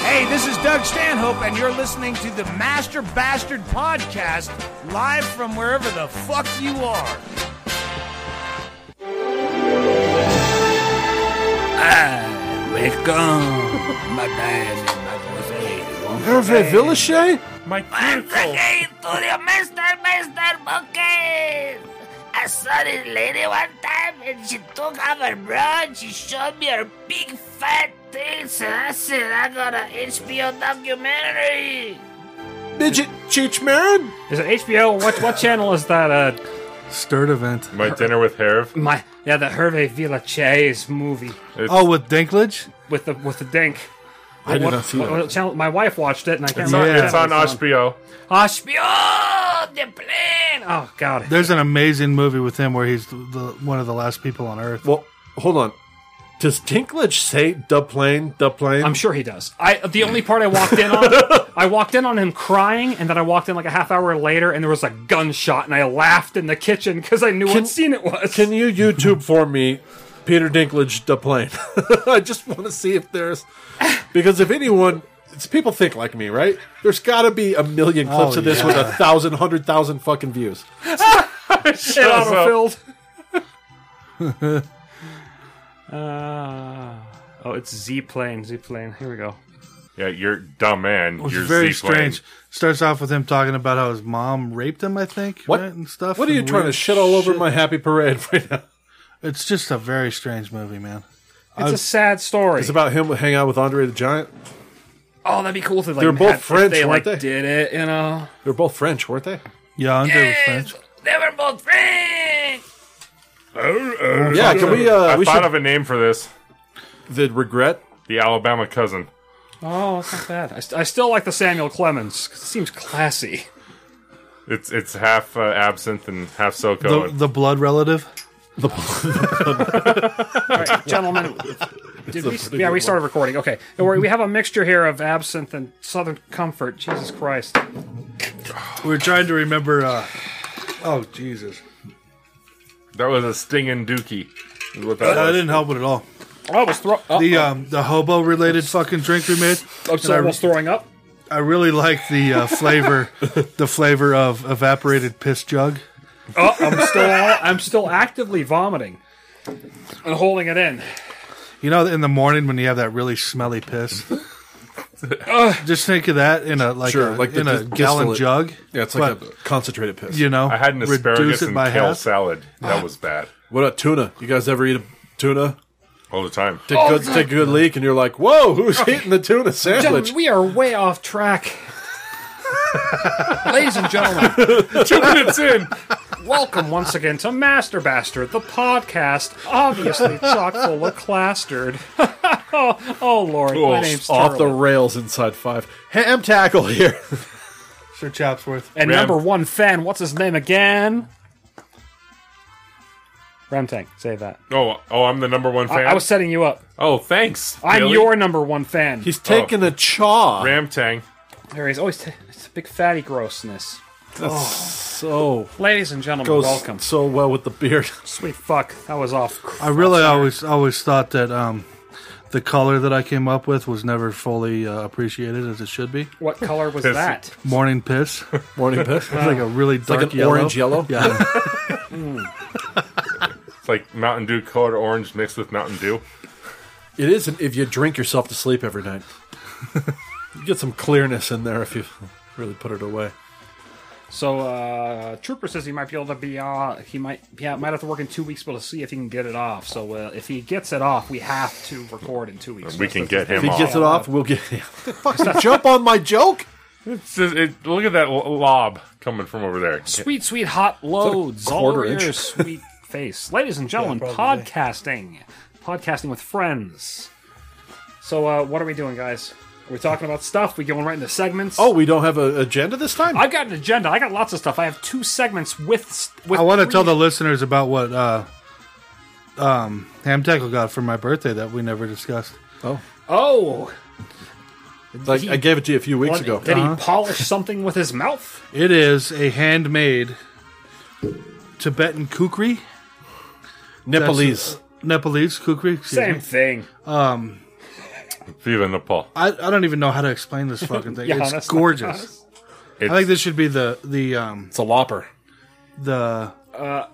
Hey, this is Doug Stanhope, and you're listening to the Master Bastard Podcast live from wherever the fuck you are. Ah, welcome, my guys and my boys. Hervé Villachet? My critical. Again to the Master Master Podcast. I saw this lady one time and she took off her bra and she showed me her big fat tits and I said I got an HBO documentary. Midget Cheech Marin? Is it HBO? What what channel is that? Uh, Sturt event. My dinner with Herv. my yeah, the Hervé Villaches movie Oh, with Dinklage? with the with the dink. I did What- not see what- that. what channel- my wife watched it, and I can't It's on, remember. Yeah. it's on what it HBO. was on. HBO, the plane. Oh God, There's an amazing movie with him where he's the, the- one of the last people on Earth. Well, hold on. Does Tinklage say da plane, da plane? I'm sure he does. I the only part I walked in on, I walked in on him crying, and then I walked in like a half hour later, and there was a gunshot, and I laughed in the kitchen because I knew what scene it was. Can you YouTube for me Peter Dinklage da plane? I just want to see if there's because if anyone it's people think like me, right? There's got to be a million clips Oh, of this yeah. with a thousand, hundred thousand fucking views. it autofilled. uh, oh, it's Z plane, Z plane. Here we go. Yeah, you're dumb man. Which you're is very Z-plane. strange. Starts off with him talking about how his mom raped him, I think, What right, and stuff. What are you and trying to weird shit all over my happy parade right now? It's just a very strange movie, man. It's a sad story. It's about him hanging out with Andre the Giant. oh, that'd be cool if they, like, They're both if French, They like weren't they? did it, you know. They're both French, weren't they? Yeah, Andre was French. They were both friends. Yeah, can we? Uh, I we thought should of a name for this. the regret. The Alabama cousin. Oh, that's not bad. I, st- I still like the Samuel Clemens. 'cause it seems classy. It's it's half uh, absinthe and half The, SoCo. the blood relative. gentlemen. Did we, yeah, we started recording. Okay, Don't worry, we have a mixture here of absinthe and Southern Comfort. Jesus Christ! We are trying to remember. Uh, oh Jesus! that was a stinging dookie. is what that That was. didn't help it at all. Oh, I was, throw- oh, The um, the hobo related fucking drink we made. I'm sorry, I was throwing up. I really like the uh, flavor, the flavor of evaporated piss jug. Oh, I'm still I'm still actively vomiting and holding it in. You know, in the morning when you have that really smelly piss. just think of that in a like Sure, a, like the in a dis- gallon distillate. jug. Yeah, it's like a concentrated piss. you know. I had an reduce asparagus it and by kale half. salad. That was bad What about tuna? You guys ever eat a tuna? all the time. Take, good, take a good leak, and you're like, "Whoa, who's eating the tuna sandwich?" Gentlemen, we are way off track. Ladies and gentlemen, Two minutes in. welcome once again to Master Bastard, the podcast obviously chock full of clastered. oh, oh, Lord, my Oh, name's Off the Turley. rails inside five. Ham tackle here. Sir Chopsworth. And Ram- number one fan, what's his name again? Ramtang, say that. Oh, oh, I'm the number one I, fan. I was setting you up. oh, thanks. I'm Billy. your number one fan. He's taking a chaw. Ramtang. there he is. Always t- it's a big fatty grossness. so Ladies and gentlemen, goes welcome. so well with the beard. Sweet fuck, that was off. I really always always thought that um, the color that I came up with was never fully uh, appreciated as it should be. What color was Piss. that? Morning piss, It's Morning piss. like a really dark like an yellow. orange yellow. Yeah, It's like Mountain Dew colored orange mixed with Mountain Dew. It isn't if you drink yourself to sleep every night. you get some clearness in there if you really put it away. So, uh, Trooper says he might be able to be. Uh, he might. Yeah, might have to work in two weeks, but to see if he can get it off. So, uh, if he gets it off, we have to record in two weeks. We can get If him he off. gets it off, we'll get. fucking jump on my joke. It's just- it- look at that lo- lob coming from over there. Sweet, sweet hot loads all quarter over inch? your sweet face. Ladies and gentlemen, podcasting. Podcasting with friends. So, uh, what are we doing, guys? Are we talking about stuff? We going right into segments? Oh, we don't have an agenda this time. I've got an agenda. I got lots of stuff. I have two segments with. s- with I want to three- tell the listeners about what uh, um, Ham Tackle got for my birthday that we never discussed. Oh! like I gave it to you a few weeks What- ago. Ah. Did he polish something with his mouth? It is a handmade Tibetan kukri, Nepalese. Nepalese kukri. excuse Same me. thing. Viva Nepal. I, I don't even know how to explain this fucking thing. Yeah, it's that's not gorgeous. It's, I think this should be the the um It's a lopper. the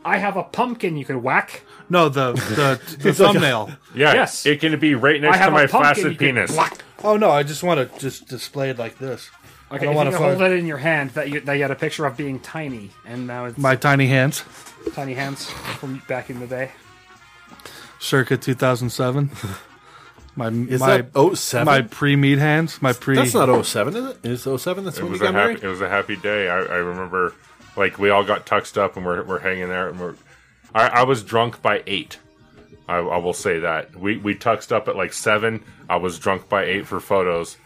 I have a pumpkin you can whack. no the the, the thumbnail. yeah, yes. It can be right I next to have my a pumpkin you flaccid can penis. whack. oh no, I just want to just display it like this. Okay, don't if you wanna can hold fuck- it in your hand, that you, that you had a picture of being tiny, and now it's My tiny hands, tiny hands from back in the day. circa 2007. My Is my that 07? my pre meat hands. My pre. that's not 07, is it? Is 07 that's It when you was a got happy. married? It was a happy day. I, I remember, like we all got tuxed up and we're, we're hanging there and we're. I, I was drunk by eight. I, I will say that we we tuxed up at like seven. I was drunk by eight for photos.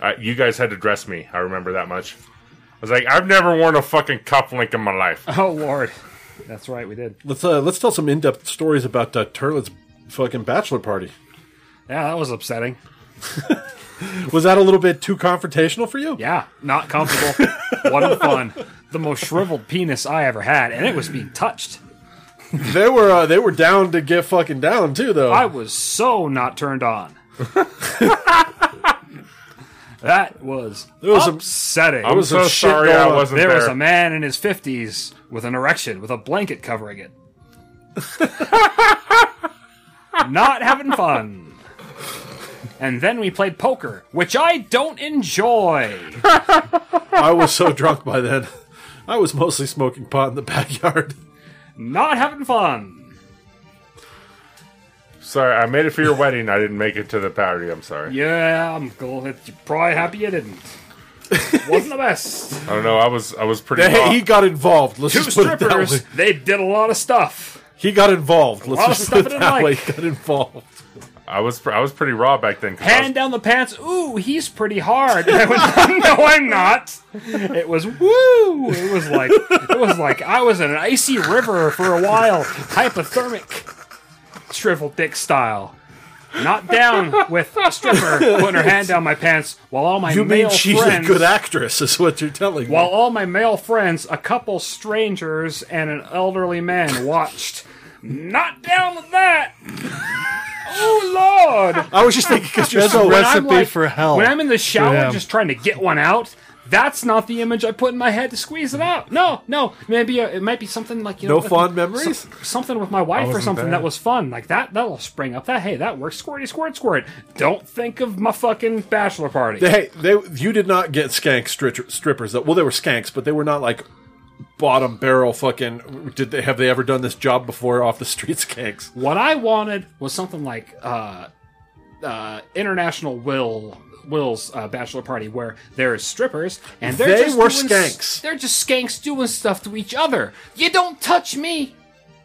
I, you guys had to dress me. I remember that much. I was like, I've never worn a fucking cup link in my life. Oh lord, that's right, we did. Let's uh, let's tell some in-depth stories about uh, Turlet's fucking bachelor party. Yeah, that was upsetting. Was that a little bit too confrontational for you? Yeah, not comfortable. wasn't fun. The most shriveled penis I ever had, and it was being touched. They were uh, they were down to get fucking down too though. I was so not turned on. that was, was a- upsetting. I'm was so some shit sorry going I on. wasn't there there. was a man in his 50s with an erection with a blanket covering it. Not having fun. And then we played poker, which I don't enjoy. I was so drunk by then. I was mostly smoking pot in the backyard. Not having fun. sorry, I made it for your wedding. I didn't make it to the party. I'm sorry. Yeah, I'm glad you're probably happy you didn't. Wasn't the best. I don't know. I was I was pretty. Hey, mo- he got involved. Let's Two just put it that way. strippers, they did a lot of stuff. He got involved. Let's lot of just stuff put I it didn't that way. like. He got involved. I was I was pretty raw back then. 'cause I was- Hand down the pants. Ooh, he's pretty hard. I went, no, I'm not. It was woo. It was like it was like I was in an icy river for a while, hypothermic, shrivel dick style. Not down with a stripper putting her hand down my pants while all my You male mean she's friends. a good actress? Is what you're telling while me? all my male friends, a couple strangers, and an elderly man watched. Not down with that. oh lord. I was just thinking because you're That's so a red. recipe like- for hell. When I'm in the shower him. just trying to get one out, that's not the image I put in my head to squeeze it out. No, no, maybe uh it might be something like you know, No with- fond memories. something with my wife or wasn't something there. that was fun like that. That'll spring up. That hey, that works. Squirty, squirt, squirt. Don't think of my fucking bachelor party. Hey, they you did not get skank stri- strippers. That well, they were skanks, but they were not like bottom barrel fucking. Did they have they ever done this job before off the street skanks? What I wanted was something like uh, uh, international will. Will's uh, bachelor party, where there's strippers and they're They just were doing skanks. they're just skanks doing stuff to each other. You don't touch me.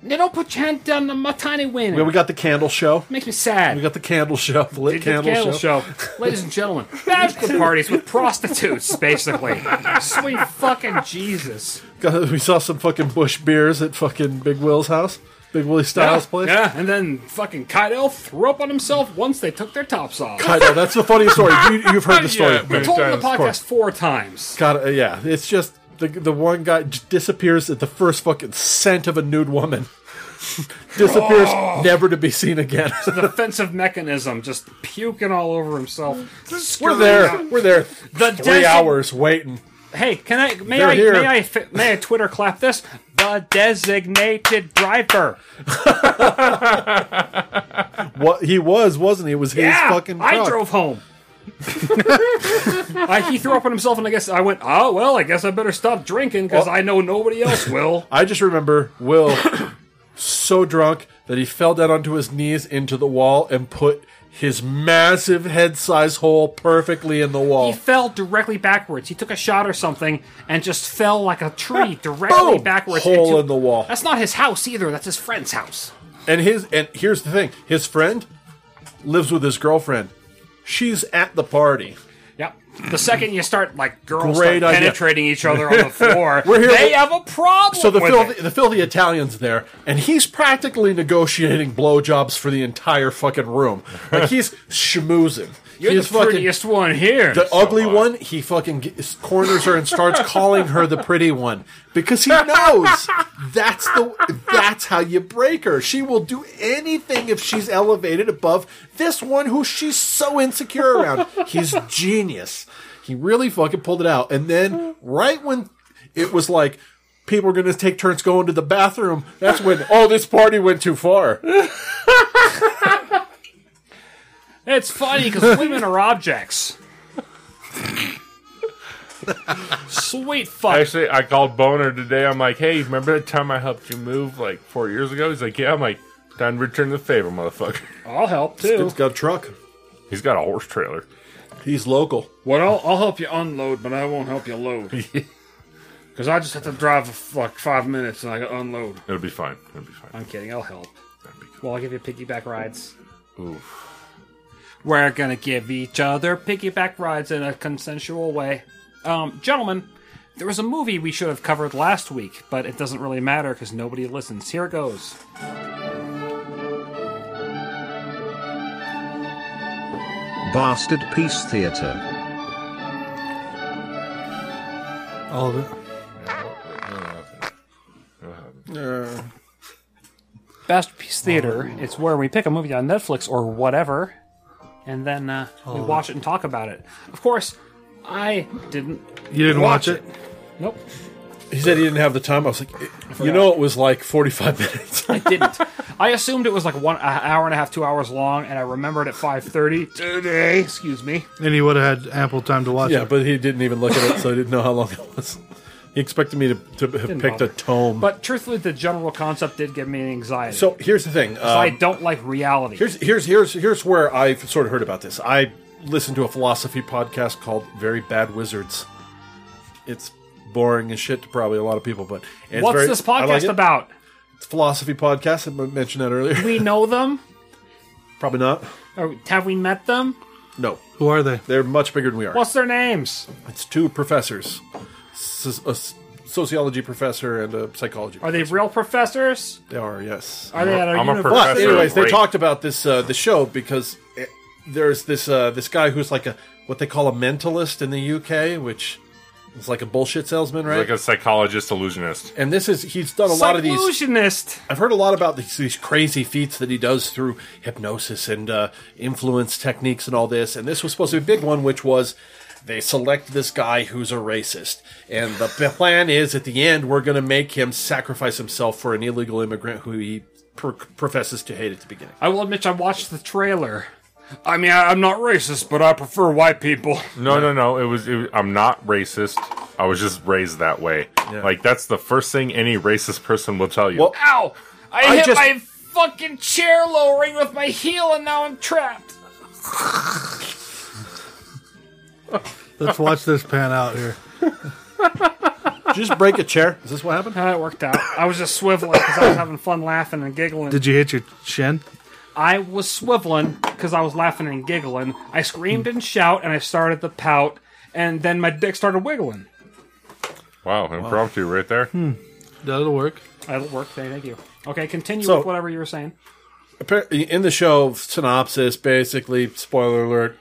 You don't put your hand down on my tiny wiener. Yeah, we got the candle show. Makes me sad. We got the candle show. The lit Did the candle, candle show. show. Ladies and gentlemen, bachelor parties with prostitutes, basically. Sweet fucking Jesus. Got- we saw some fucking bush beers at fucking Big Will's house, Big Willie Styles' place. Yeah, and then fucking Kyle threw up on himself once they took their tops off. I know that's the funniest story. You, you've heard the story. Yeah, but- but- told him the Of course. podcast four times. God, uh, yeah, it's just the the one guy j- disappears at the first fucking scent of a nude woman. disappears, Oh. never to be seen again. Defensive mechanism, just puking all over himself. We're there. We're there. The Three desi- hours waiting. Hey, can I? May They're I? here. May I? fi- May I? Twitter clap this. The designated driver. What he was, wasn't he? It was yeah, his fucking. I truck. drove home. I, he threw up on himself, and I guess I went. Oh well, I guess I better stop drinking because I know nobody else will. I just remember Will so drunk that he fell down onto his knees into the wall and put his massive head size hole perfectly in the he wall. fell directly backwards. He took a shot or something and just fell like a tree directly Boom! backwards. Hole into- in the wall. That's not his house either. That's his friend's house. And his and here's the thing: his friend lives with his girlfriend. She's at the party. Yep. The second you start like girls Great start idea. penetrating each other on the floor, We're here they with- have a problem. So the with filthy, it. the filthy Italian's there, and he's practically negotiating blowjobs for the entire fucking room. Like he's schmoozing. You're He's the fucking- prettiest one here. The ugly hot. one, he fucking gets, corners her and starts calling her the pretty one because he knows that's the that's how you break her. She will do anything if she's elevated above this one who she's so insecure around. He's genius. He really fucking pulled it out. And then right when it was like people were going to take turns going to the bathroom, that's when oh this party went too far. it's funny because women are objects. Sweet fuck. Actually, I called Boner today. I'm like, hey, remember that time I helped you move like four years ago? He's like, yeah. I'm like, time to return the favor, motherfucker. I'll help too. He's got a truck. He's got a horse trailer. He's local. What I'll, I'll help you unload, but I won't help you load. Because I just have to drive for like five minutes and I gotta unload. It'll be fine. It'll be fine. I'm kidding, I'll help. That'd be cool. Well, I'll give you piggyback rides. Oof. We're gonna give each other piggyback rides in a consensual way. Um, gentlemen, there was a movie we should have covered last week, but it doesn't really matter because nobody listens. Here it goes. Bastard Peace Theater. All of it. Masterpiece Theater. Oh, It's where we pick a movie on Netflix or whatever, and then uh, we Oh. watch it and talk about it. Of course, I didn't. You didn't watch, it? Nope, He said he didn't have the time. I was like, you know, it was like forty-five minutes. I didn't. I assumed it was like one an hour and a half, two hours long, and I remembered at five thirty today. Excuse me. And you would have had ample time to watch Yeah, it. but he didn't even look at it, so he didn't know how long it was. He expected me to, to have picked a bother. tome. But truthfully, the general concept did give me anxiety. so here's the thing. I Um, don't like reality. here's here's here's here's where I sort of heard about this. I listened to a philosophy podcast called Very Bad Wizards. It's boring as shit to probably a lot of people, but and it's What's very- this I like podcast it. about? It's a philosophy podcast. I mentioned that earlier. We know them, probably not. or have we met them? No, Who are they? they're much bigger than we are. What's their names? It's two professors, S- a s- sociology professor and a psychology. Are they real professors? They are, yes. Are they at a I'm a university? But Professor anyways, they Ray. talked about this uh, the show because eh, there's this uh, this guy who's like a what they call a mentalist in the UK, which is like a bullshit salesman, right? Like a psychologist illusionist. and this is he's done a lot of these Solutionist. I've heard a lot about these, these crazy feats that he does through hypnosis and uh, influence techniques and all this. And this was supposed to be a big one, which was they select this guy who's a racist. And the plan is at the end, we're going to make him sacrifice himself for an illegal immigrant who he pr- professes to hate at the beginning. I will admit I watched the trailer. I mean, I, I'm not racist, but I prefer white people. No, no, no. It was. It, was- I'm not racist. I was just raised that way. Like that's the first thing any racist person will tell you. Well, Ow! I, I hit just- my fucking chair lowering with my heel, and now I'm trapped. Let's watch this pan out here. Did you just break a chair? Is this what happened? That Uh, worked out. I was just swiveling because I was having fun laughing and giggling. Did you hit your shin? I was swiveling because I was laughing and giggling. I screamed and shout, and I started to pout, and then my dick started wiggling. wow, impromptu right there. That'll work. That'll work. Thank thank you. Okay, continue So- with whatever you were saying. Appar- in the show synopsis, basically, spoiler alert.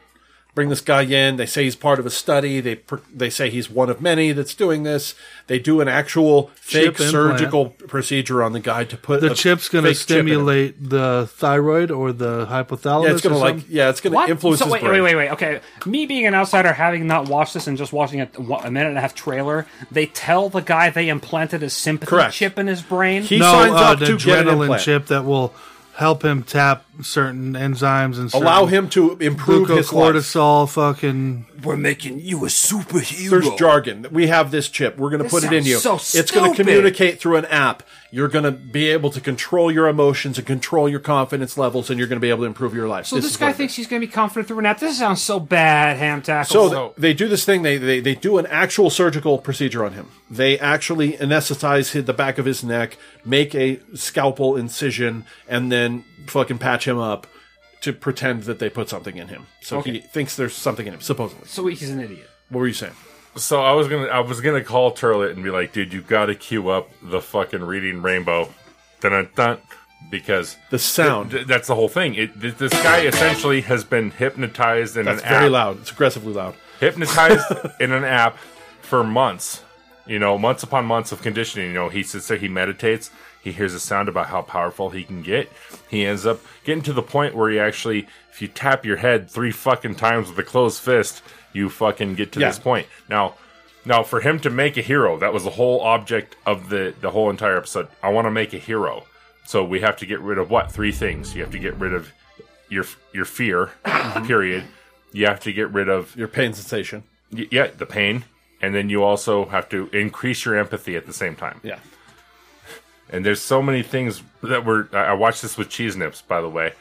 Bring this guy in. They say he's part of a study. They pr- they say he's one of many that's doing this. They do an actual fake Chip implant. surgical procedure on the guy to put The a chip's going to fake chip in him. stimulate the thyroid or the hypothalamus. yeah, it's gonna or like something? yeah, it's gonna What? influence so his wait, brain. wait, wait, wait. Okay, me being an outsider, having not watched this and just watching a, a minute and a half trailer, they tell the guy they implanted a sympathy Correct. chip in his brain. He no, signs uh, up an to get an adrenaline implant. chip that will help him tap certain enzymes and certain Allow him to improve his life. glucocortisol. Fucking We're making you a superhero. There's jargon. We have this chip. We're gonna put it in sounds you. so it's gonna stupid. communicate through an app. You're gonna be able to control your emotions and control your confidence levels, and you're gonna be able to improve your life. so this, is what guy it is. thinks he's going to be confident through an app. This sounds so bad, ham tackle. So So- they do this thing. They, they they do an actual surgical procedure on him. They actually anesthetize his, the back of his neck, make a scalpel incision, and then fucking patch him up to pretend that they put something in him. So he thinks there's something in him. Supposedly, So he's an idiot. what were you saying? So I was gonna, I was gonna call Turlet and be like, dude, you gotta queue up the fucking Reading Rainbow. Dun dun dun. because The sound. th- that's the whole thing. It, th- this guy essentially has been hypnotized in That's an very app, loud. It's aggressively loud. hypnotized in an app for months. You know, months upon months of conditioning. You know, he sits there, he meditates, he hears a sound about how powerful he can get. He ends up getting to the point where he actually, if you tap your head three fucking times with a closed fist, you fucking get to Yeah. this point. Now, now for him to make a hero, that was the whole object of the the whole entire episode. I want to make a hero, so we have to get rid of what three things? You have to get rid of your your fear, period. You have to get rid of Your pain sensation. Y- yeah, the pain, and then you also have to increase your empathy at the same time. Yeah. And there's so many things that were. I I watched this with Cheese Nips, by the way,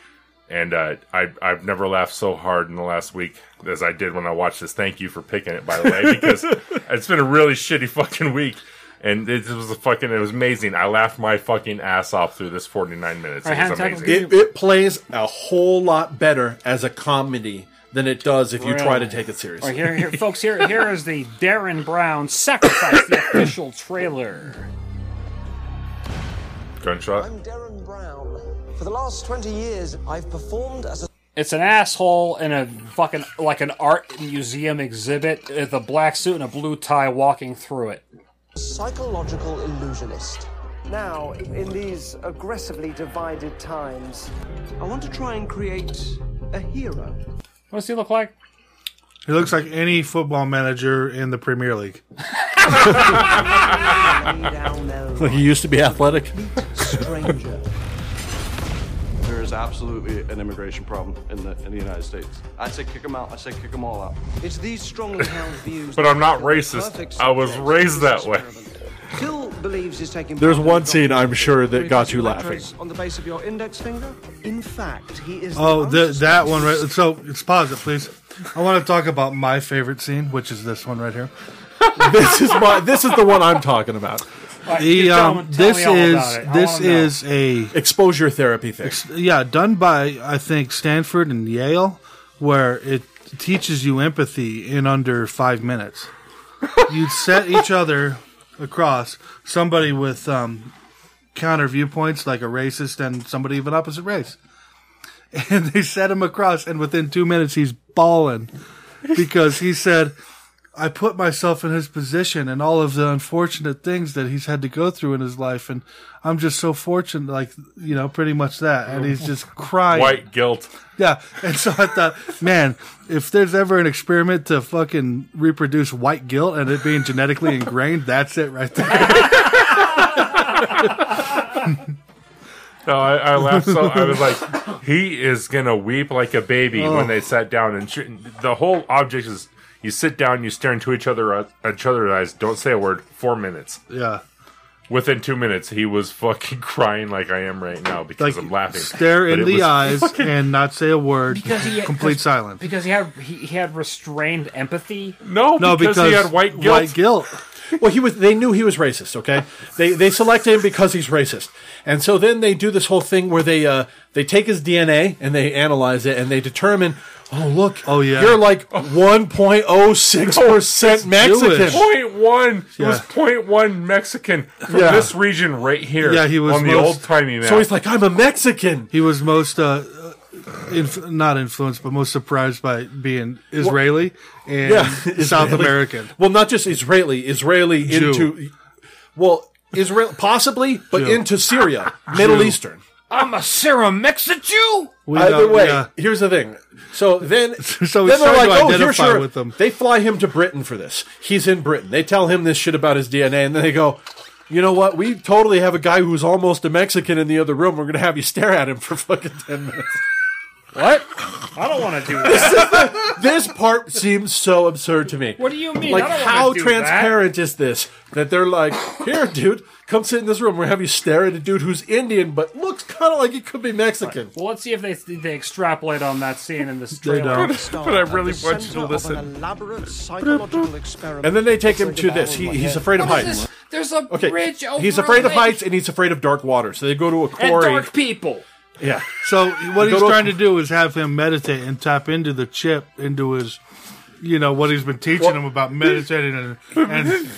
and uh, I I've never laughed so hard in the last week as I did when I watched this. Thank you for picking it, by the way, because it's been a really shitty fucking week. And it, it was a fucking. It was amazing. I laughed my fucking ass off through this 49 minutes. All right, It was hand tackle. amazing. It, it plays a whole lot better as a comedy than it does if you try to take it All right, seriously. here, here, folks, here, here is the Darren Brown sacrifice, the official trailer. Gunshot. I'm Darren Brown. For the last 20 years, I've performed as a It's an asshole in a fucking like an art museum exhibit with a black suit and a blue tie walking through it. psychological illusionist. Now, in these aggressively divided times, I want to try and create a hero. What does he look like? He looks like any football manager in the Premier League. Lay down no Like he used to be athletic. stranger. There is absolutely an immigration problem in the in the United States. I say kick them out. I say kick them all out. It's these strongly held views. But I'm not that are the racist. perfect I was subject raised for this that way. experiment. Phil believes he's taking. There's part in one the scene I'm sure that got you documentary laughing. On the base of your index finger. In fact, he is. Oh, the th- that one. Right, so, it's pause it, please. I want to talk about my favorite scene, which is this one right here. This is my. This is the one I'm talking about. All right, you The tell um, me- tell this me all about is it. I this wanna know. is a Exposure therapy thing. yeah done by I think Stanford and Yale, where it teaches you empathy in under five minutes. You set each other across somebody with um, counter viewpoints, like a racist and somebody of an opposite race, and they set him across, and within two minutes he's bawling because he said. I put myself in his position and all of the unfortunate things that he's had to go through in his life, and I'm just so fortunate, like you know, pretty much that. And he's just crying. White guilt. Yeah. And so I thought, man, if there's ever an experiment to fucking reproduce white guilt and it being genetically ingrained, that's it right there. No, I, I laughed so I was like, he is gonna weep like a baby Oh. when they sat down, and sh- the whole object is you sit down, you stare into each other uh, each other's eyes, don't say a word. Four minutes. Yeah. Within two minutes, he was fucking crying like I am right now because Like I'm laughing. stare But in it the was eyes fucking- and not say a word. Because he- complete because- silence. Because he had he, he had restrained empathy. No, No, because, because, he had white guilt. White guilt. Well, he was. They knew he was racist. Okay, they they selected him because he's racist, and so then they do this whole thing where they uh they take his DNA and they analyze it and they determine. Oh look! Oh, yeah. you're like 1.06 percent Jewish. Mexican. Point one. He was Yeah. point one Mexican from Yeah. this region right here. Yeah, he was on the most- old timey map. So he's like, I'm a Mexican. He was most, uh, inf- not influenced, but most surprised by being Israeli and Yeah, South Israeli. American. Well, not just Israeli, Israeli Jew. into well, Israel possibly, but Jew. into Syria, Middle Eastern. I'm a Sarah Mexican. We Either don't- way, yeah. here's the thing. So then, So he's then they're trying like, to "Oh, you're identify sure." with them. They fly him to Britain for this. He's in Britain. They tell him this shit about his DNA, and then they go, "You know what? We totally have a guy who's almost a Mexican in the other room. We're gonna have you stare at him for fucking ten minutes." What? I don't want to do that. this part seems so absurd to me. What do you mean? Like, I don't wanna how do transparent is this that they're like, here, dude, come sit in this room. We're have you stare at a dude who's Indian but looks kind of like he could be Mexican. Well, let's see if they they extrapolate on that scene in this They trailer. don't. but I really want you to Of an listen. elaborate psychological experiment. And then they take him It's to like a this. barrel He, in my he's head. afraid of heights. This- There's a Okay, bridge over. he's a afraid of lake heights and he's afraid of dark water. So they go to a and quarry. dark people. Yeah, So what Go he's to a- trying to do is have him meditate and tap into the chip into his, you know, what he's been teaching him about meditating and, and this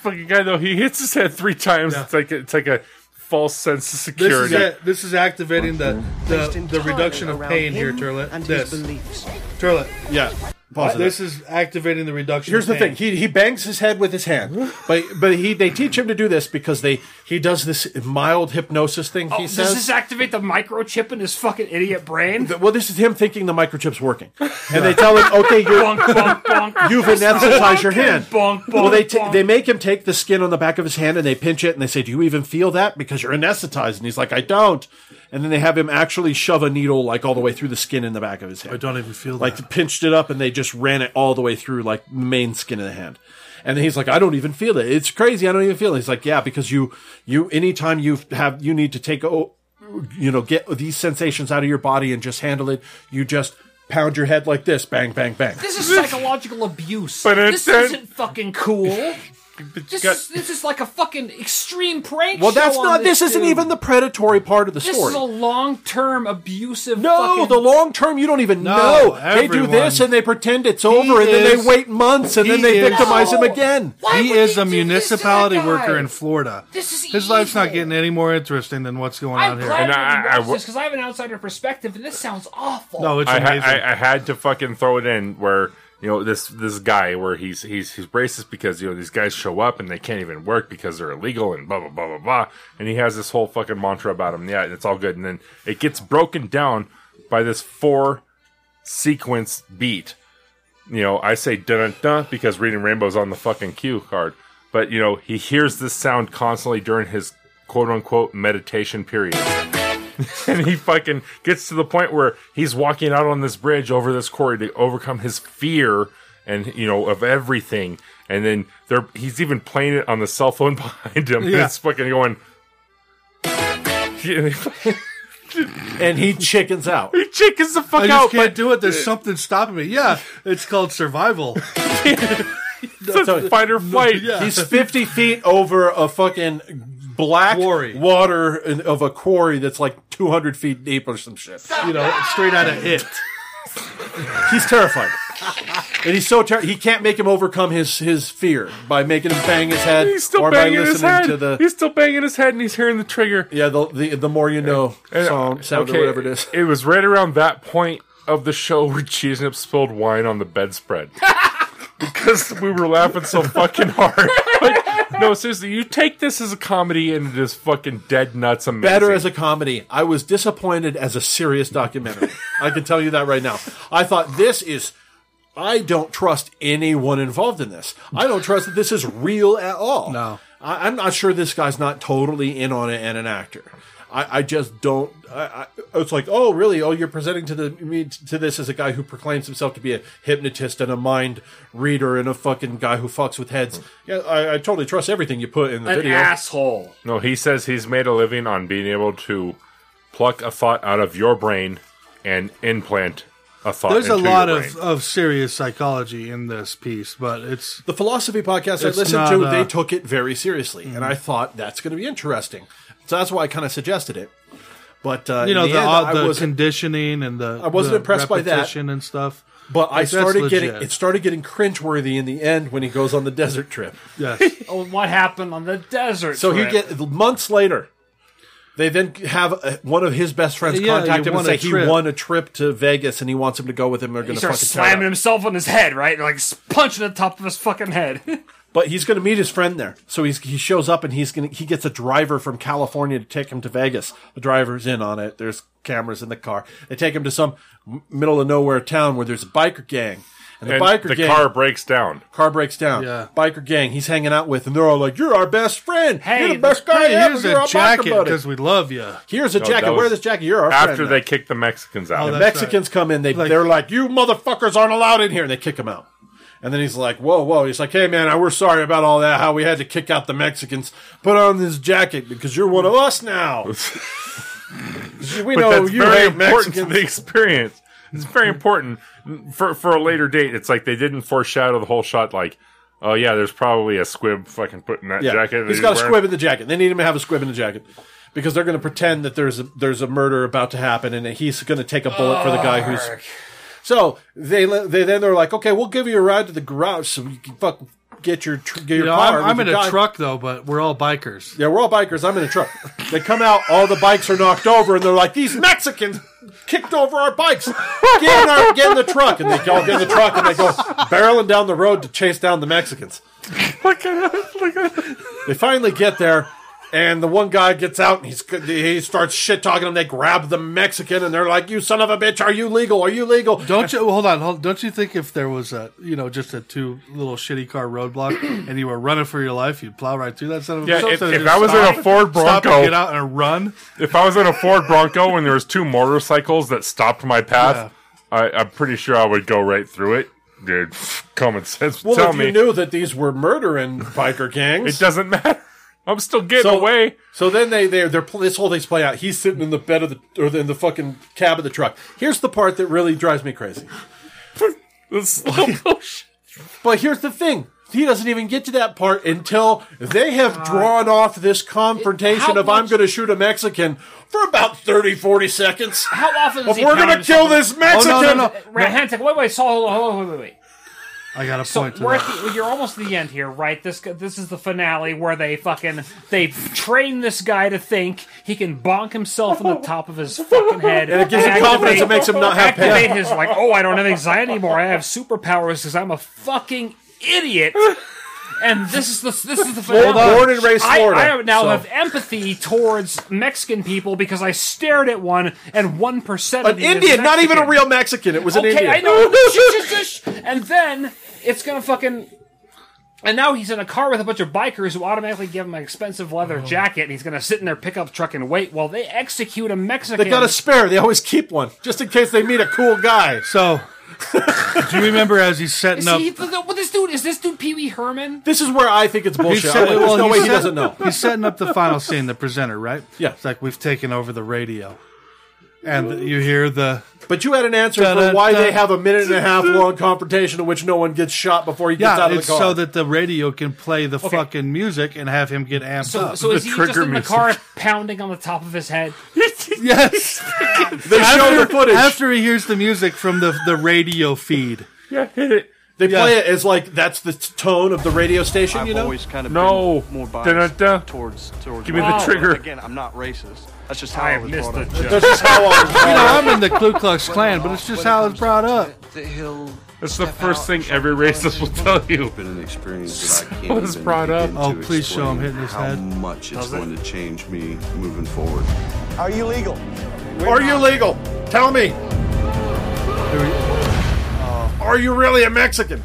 fucking guy though, he hits his head three times. It's like it's like a false sense of This security. is, it. this is activating the based the, the entirely reduction of around pain here, him Turlet. And This, his beliefs. Turlet. Yeah. Pause it. This is activating the reduction. Here's of the pain. thing. He he bangs his head with his hand. But but he they teach him to do this because they he does this mild hypnosis thing Oh, he does says. this activate the microchip in his fucking idiot brain? Th- well, this is him thinking the microchip's working. And they tell him, "Okay, you're bonk, bonk, bonk. You've anesthetized your hand. Bonk, bonk, well, they ta- bonk. they make him take the skin on the back of his hand and they pinch it and they say, "Do you even feel that?" Because you're anesthetized. And he's like, "I don't." And then they have him actually shove a needle like all the way through the skin in the back of his hand. I don't even feel like that. pinched it up and they just ran it all the way through like the main skin of the hand. And then he's like, "I don't even feel it. It's crazy. I don't even feel it." He's like, "Yeah, because you you anytime you have you need to take oh, you know get these sensations out of your body and just handle it. You just." Pound your head like this, bang, bang, bang. This is psychological abuse. But it this said- isn't fucking cool. This, got- is, this is like a fucking extreme prank. Well, that's show on not. This, This, isn't dude. even the predatory part of the This story. is a long-term abusive. no, fucking- the long term you don't even No, know. They do everyone- this and they pretend it's over, and then is- they wait months, and then he they is- victimize him No. again. Why he would is you a do this to municipality that guy? worker in Florida. This is His life's not evil. getting any more interesting than what's going I'm on here. glad And I- I, I- I I, watched wa- this because I have an outsider perspective, and this sounds awful. No, it's I, ha- amazing. I, I had to fucking throw it in where you know this this guy where he's he's he's racist because you know these guys show up and they can't even work because they're illegal and blah blah blah blah blah and he has this whole fucking mantra about him yeah it's all good and then it gets broken down by this four sequence beat you know I say dun dun dun because reading Rainbow's on the fucking cue card but you know he hears this sound constantly during his quote unquote meditation period and he fucking gets to the point where he's walking out on this bridge over this quarry to overcome his fear and you know of everything and then they're he's even playing it on the cell phone behind him and Yeah. it's fucking going he And he chickens out. chickens the fuck I out just can't do it. There's something stopping me. Yeah, it's called survival. but it's a fight or flight Yeah. He's fifty feet over a fucking black Quarry. water in- of a quarry that's like two hundred feet deep or some shit. You know, straight out of it. He's terrified. And he's so terrified, he can't make him overcome his, his fear by making him bang his head he's still or by banging listening his head to the he's still banging his head and he's hearing the trigger yeah the, the the more you know song sound or whatever it is. it was right around that point of the show where Cheesnip spilled wine on the bedspread. because we were laughing so fucking hard. Like, no, seriously, you take this as a comedy and it is fucking dead nuts amazing. better as a comedy. I was disappointed as a serious documentary. I can tell you that right now. I thought this is. I don't trust anyone involved in this. I don't trust that this is real at all. No. I, I'm not sure this guy's not totally in on it and an actor. I, I just don't. I, I, it's like, oh, really? Oh, you're presenting to the me to this as a guy who proclaims himself to be a hypnotist and a mind reader and a fucking guy who fucks with heads. Yeah, I, I totally trust everything you put in the an video. asshole. no, he says he's made a living on being able to pluck a thought out of your brain and implant a thought. There's a into lot your of, uh, brain. of serious psychology in this piece, but it's the philosophy podcast I It's listened not, Mm-hmm. to, uh, they took it very seriously, and I thought that's going to be interesting. So that's why I kind of suggested it. But uh, you know in the the, end, uh, I the wasn't, conditioning and the I wasn't the impressed by that. repetition and stuff. but I Like, that's started getting legit. it started getting cringeworthy in the end when he goes on the desert trip. Yes. Oh, what happened on the desert? So he trip? get months later. They then have uh, one of his best friends Yeah, contact you him and won say a he trip. won a trip to Vegas and he wants him to go with him. They're He going to fucking starts tear it up. slamming himself on his head, right? Like s- punching the top of his fucking head. But he's going to meet his friend there. So he's, he shows up and he's going to, he gets a driver from California to take him to Vegas. The driver's in on it. There's cameras in the car. They take him to some m- middle of nowhere town where there's a biker gang. And the And biker the gang, car breaks down. car breaks down. Yeah. Biker gang he's hanging out with and they're all like, you're our best friend. Hey, you're the best guy Hey, ever. here's You're a our biker jacket buddy." because we love you. Here's a jacket. that Wear was this jacket. You're our After friend. they kick the Mexicans out. Oh, The that's Mexicans come in. They Like- they're like, "You motherfuckers aren't allowed in here," and they kick him out. And then he's like, "Whoa, whoa!" He's like, "Hey, man, I, we're sorry about all that. How we had to kick out the Mexicans. Put on this jacket because you're one of us now. we but know that's you very hate important to the Mexicans." experience. It's very important for for a later date. It's like they didn't foreshadow the whole shot. Like, oh yeah, there's probably a squib fucking put in that Yeah, jacket. that he's got a wearing. squib in the jacket. They need him to have a squib in the jacket because they're going to pretend that there's a, there's a murder about to happen, and he's going to take a bullet for the guy who's. So they le- they then they're like, okay, we'll give you a ride to the garage so you can fucking get your tr- get your You know, car. I'm, I'm with in a your guy- truck though, but we're all bikers. Yeah, we're all bikers. I'm in a truck. They come out, all the bikes are knocked over, and they're like, "These Mexicans kicked over our bikes. Get in, our, get in the truck!" And they all get in the truck and they go barreling down the road to chase down the Mexicans. They finally get there, and the one guy gets out and he's he starts shit talking them. They grab the Mexican and they're like, "You son of a bitch! Are you legal? Are you legal?" Don't you hold on? Hold, don't you think if there was a you know just a two little shitty car roadblock and you were running for your life, you'd plow right through that son of a Yeah, bitch? if- So if just I was in a stop- Ford stop and Bronco- get out and run. If I was in a Ford Bronco and there was two motorcycles that stopped my path, I, I'm pretty sure I would go right through it. Dude, common sense. well, would tell if me, you knew that these were murdering biker gangs, it doesn't matter. I'm still getting away. So then they they they're pl- this whole thing's playing out. He's sitting in the bed of the or in the fucking cab of the truck. Here's the part that really drives me crazy. This slow motion. But here's the thing. He doesn't even get to that part until they have drawn off this confrontation How of I'm much- going to shoot a Mexican for about 30 40 seconds. How often If does he we're going to pound kill something? this Mexican. Oh no, no, no! Right, hang on a second. Wait, wait, so, hold on, hold on, wait, wait, wait. I got a So point. To we're at that. the, you're almost at the end here, right? This this is the finale where they fucking they train this guy to think he can bonk himself on the top of his fucking head, And it gives him confidence. It makes him not have pain. activate his like, oh, I don't have anxiety anymore. I have superpowers because I'm a fucking idiot. And this is the this is the finale. born and raised I, Florida, I now so- have empathy towards Mexican people because I stared at one and one percent An Indian, not even a real Mexican. It was an okay, Indian. I know. Shush, shush, shush. And then it's gonna fucking. And now he's in a car with a bunch of bikers who automatically give him an expensive leather jacket, and he's gonna sit in their pickup truck and wait while they execute a Mexican. They got a spare. They always keep one just in case they meet a cool guy. So, do you remember as he's setting Is up? he, th- th- what this dude is this dude Pee Wee Herman? This is where I think it's He's bullshit. set- I'm like, There's well, no he's way he set- doesn't know. He's setting up the final scene, the presenter, right? Yeah. It's like we've taken over the radio. And you hear the But you had an answer Dun-dun-dun. for why they have a minute and a half long confrontation in which no one gets shot before he gets yeah, out of the it's car. so that the radio can play the fucking music and have him get amped So, up. so is he just trigger in the music. car pounding on the top of his head? yes, they show the footage. after he hears the music from the the radio feed. Yeah, hit it. they yeah. play it as like that's the t- tone of the radio station. I've you know, always kind of No. been more biased Dun-dun-dun. towards towards. Give me Wow. the trigger. Again, I'm not racist. That's just how I I, have was missed brought the up. joke. that's just how I was. You know, I'm in the Ku Klux Klan, but it's just how it's brought up. That's the first thing every racist will tell you. been an experience that I I can't was even brought up. begin Oh, to please show him explain hitting his how head. much it's Does it? going to change me moving forward. Are you legal? Are you legal? Tell me. Oh. Are you really a Mexican?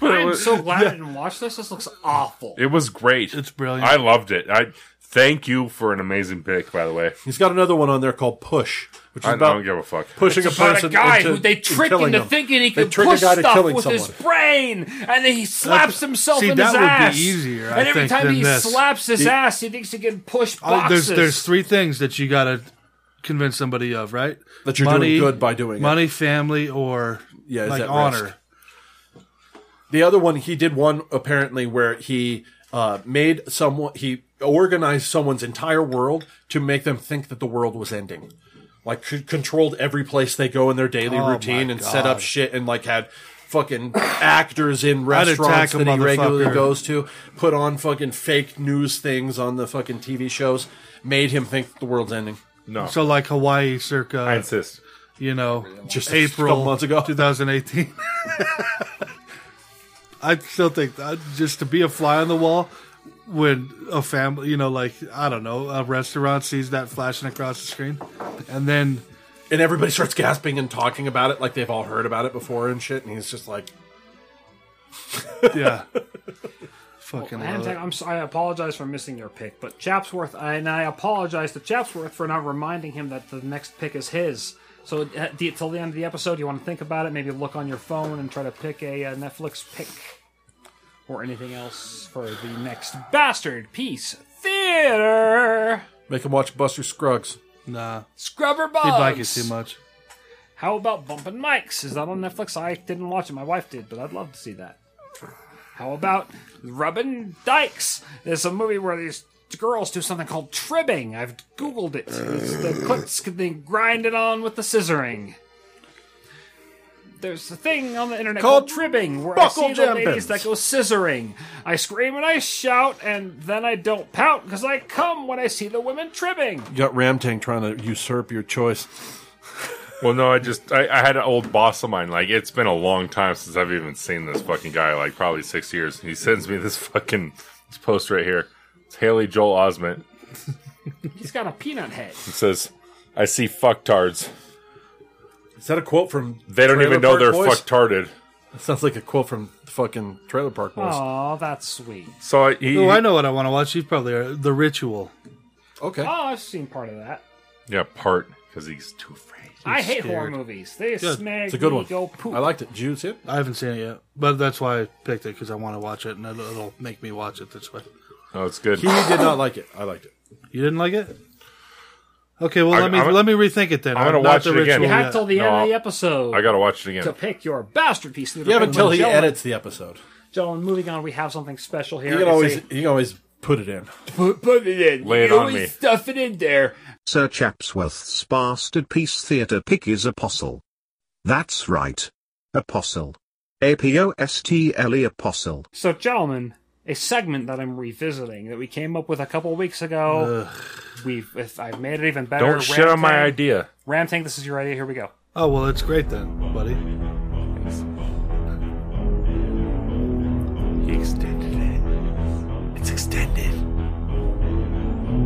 I'm so glad I didn't watch this. This looks awful. It was great. It's brilliant. I loved it. I thank you for an amazing pick, by the way. He's got another one on there called Push, which is I, I about don't give a fuck. pushing It's a about person a guy into, who they into tricked killing into them. thinking he They could trick a push guy to stuff killing with his someone. brain, and then he slaps himself see, in that his would be ass. easier, I and every think, time than he this. slaps his ass, he thinks he can push Oh, boxes. There's there's three things that you gotta convince somebody of, right? That you're doing good by doing it. money, family, or Yeah, is like at honor. risk. The other one, he did one apparently where he uh, made someone, he organized someone's entire world to make them think that the world was ending. Like, c- controlled every place they go in their daily Oh, routine my and set up God. shit and, like, had fucking actors in I'd restaurants attack a that he regularly motherfucker. goes to, put on fucking fake news things on the fucking TV shows, made him think the world's ending. No, So like Hawaii circa I insist. you know, Just a April couple months ago. 2018. I still think that just to be a fly on the wall when a family, you know, like I don't know, a restaurant sees that flashing across the screen, and then And everybody starts gasping and talking about it like they've all heard about it before and shit, and he's just like, yeah, fucking Man, love it. I'm so, I apologize for missing your pick, but Chapsworth, and I apologize to Chapsworth for not reminding him that the next pick is his. So, uh, the, till the end of the episode, you want to think about it, maybe look on your phone and try to pick a uh, Netflix pick or anything else for the next Bastard Piece Theater. make him watch Buster Scruggs. nah. Scrubber He'd Bugs. like it too much. How about Bumpin' Mikes? Is that on Netflix? I didn't watch it. My wife did, but I'd love to see that. How about Rubbin' Dykes? There's a movie where these girls do something called tribbing. I've Googled it. It's the clips can they grind it on with the scissoring. there's a thing on the internet Called called, tribbing where I buckle see the ladies jumpins. that go scissoring. I scream and I shout, and then I don't pout because I come when I see the women tribbing. You got Ramtang trying to usurp your choice. Well, no, I just I, I had an old boss of mine. Like it's been a long time since I've even seen this fucking guy. Like probably six years. He sends me this fucking this post right here. It's Haley Joel Osment. He's got a peanut head. It says, "I see fucktards. Is that a quote from? They don't Trailer even know Park they're Boys? fucktarded." That sounds like a quote from fucking Trailer Park Boys. Oh, that's sweet. So I, he, Oh, I know what I want to watch. You probably are. The Ritual. Okay. Oh, I've seen part of that. yeah, part because he's too afraid. I hate horror scared. movies. They Good. smag It's a good me one. go poop. I liked it. Did you see it? I haven't seen it yet, but that's why I picked it because I want to watch it, and it'll, it'll make me watch it this way. Oh, it's good. He did not like it. I liked it. You didn't like it? Okay, well I- let me I'm gonna- let me rethink it then. I'm gonna Not watch the it again. Ritual you You have yet. till the No, end of the I'll- episode I gotta watch it to again. pick your bastard piece. You have until he gentlemen, edits the episode. Gentlemen, moving on. We have something special here. You can It's always a- you can always put it in. put, put it in. Lay it You on always me. Stuff it in there. Sir Chapsworth's Bastard Piece Theatre Pick is Apostle. That's right. Apostle. A-P-O-S-T-L-E E Apostle. So, gentlemen, a segment that I'm revisiting that we came up with a couple weeks ago. We've if I've made it even better. Don't shit on my Ramtang- idea. Ramtang, this is your idea. Here we go. Oh well, it's great then, buddy. He extended it. It's extended.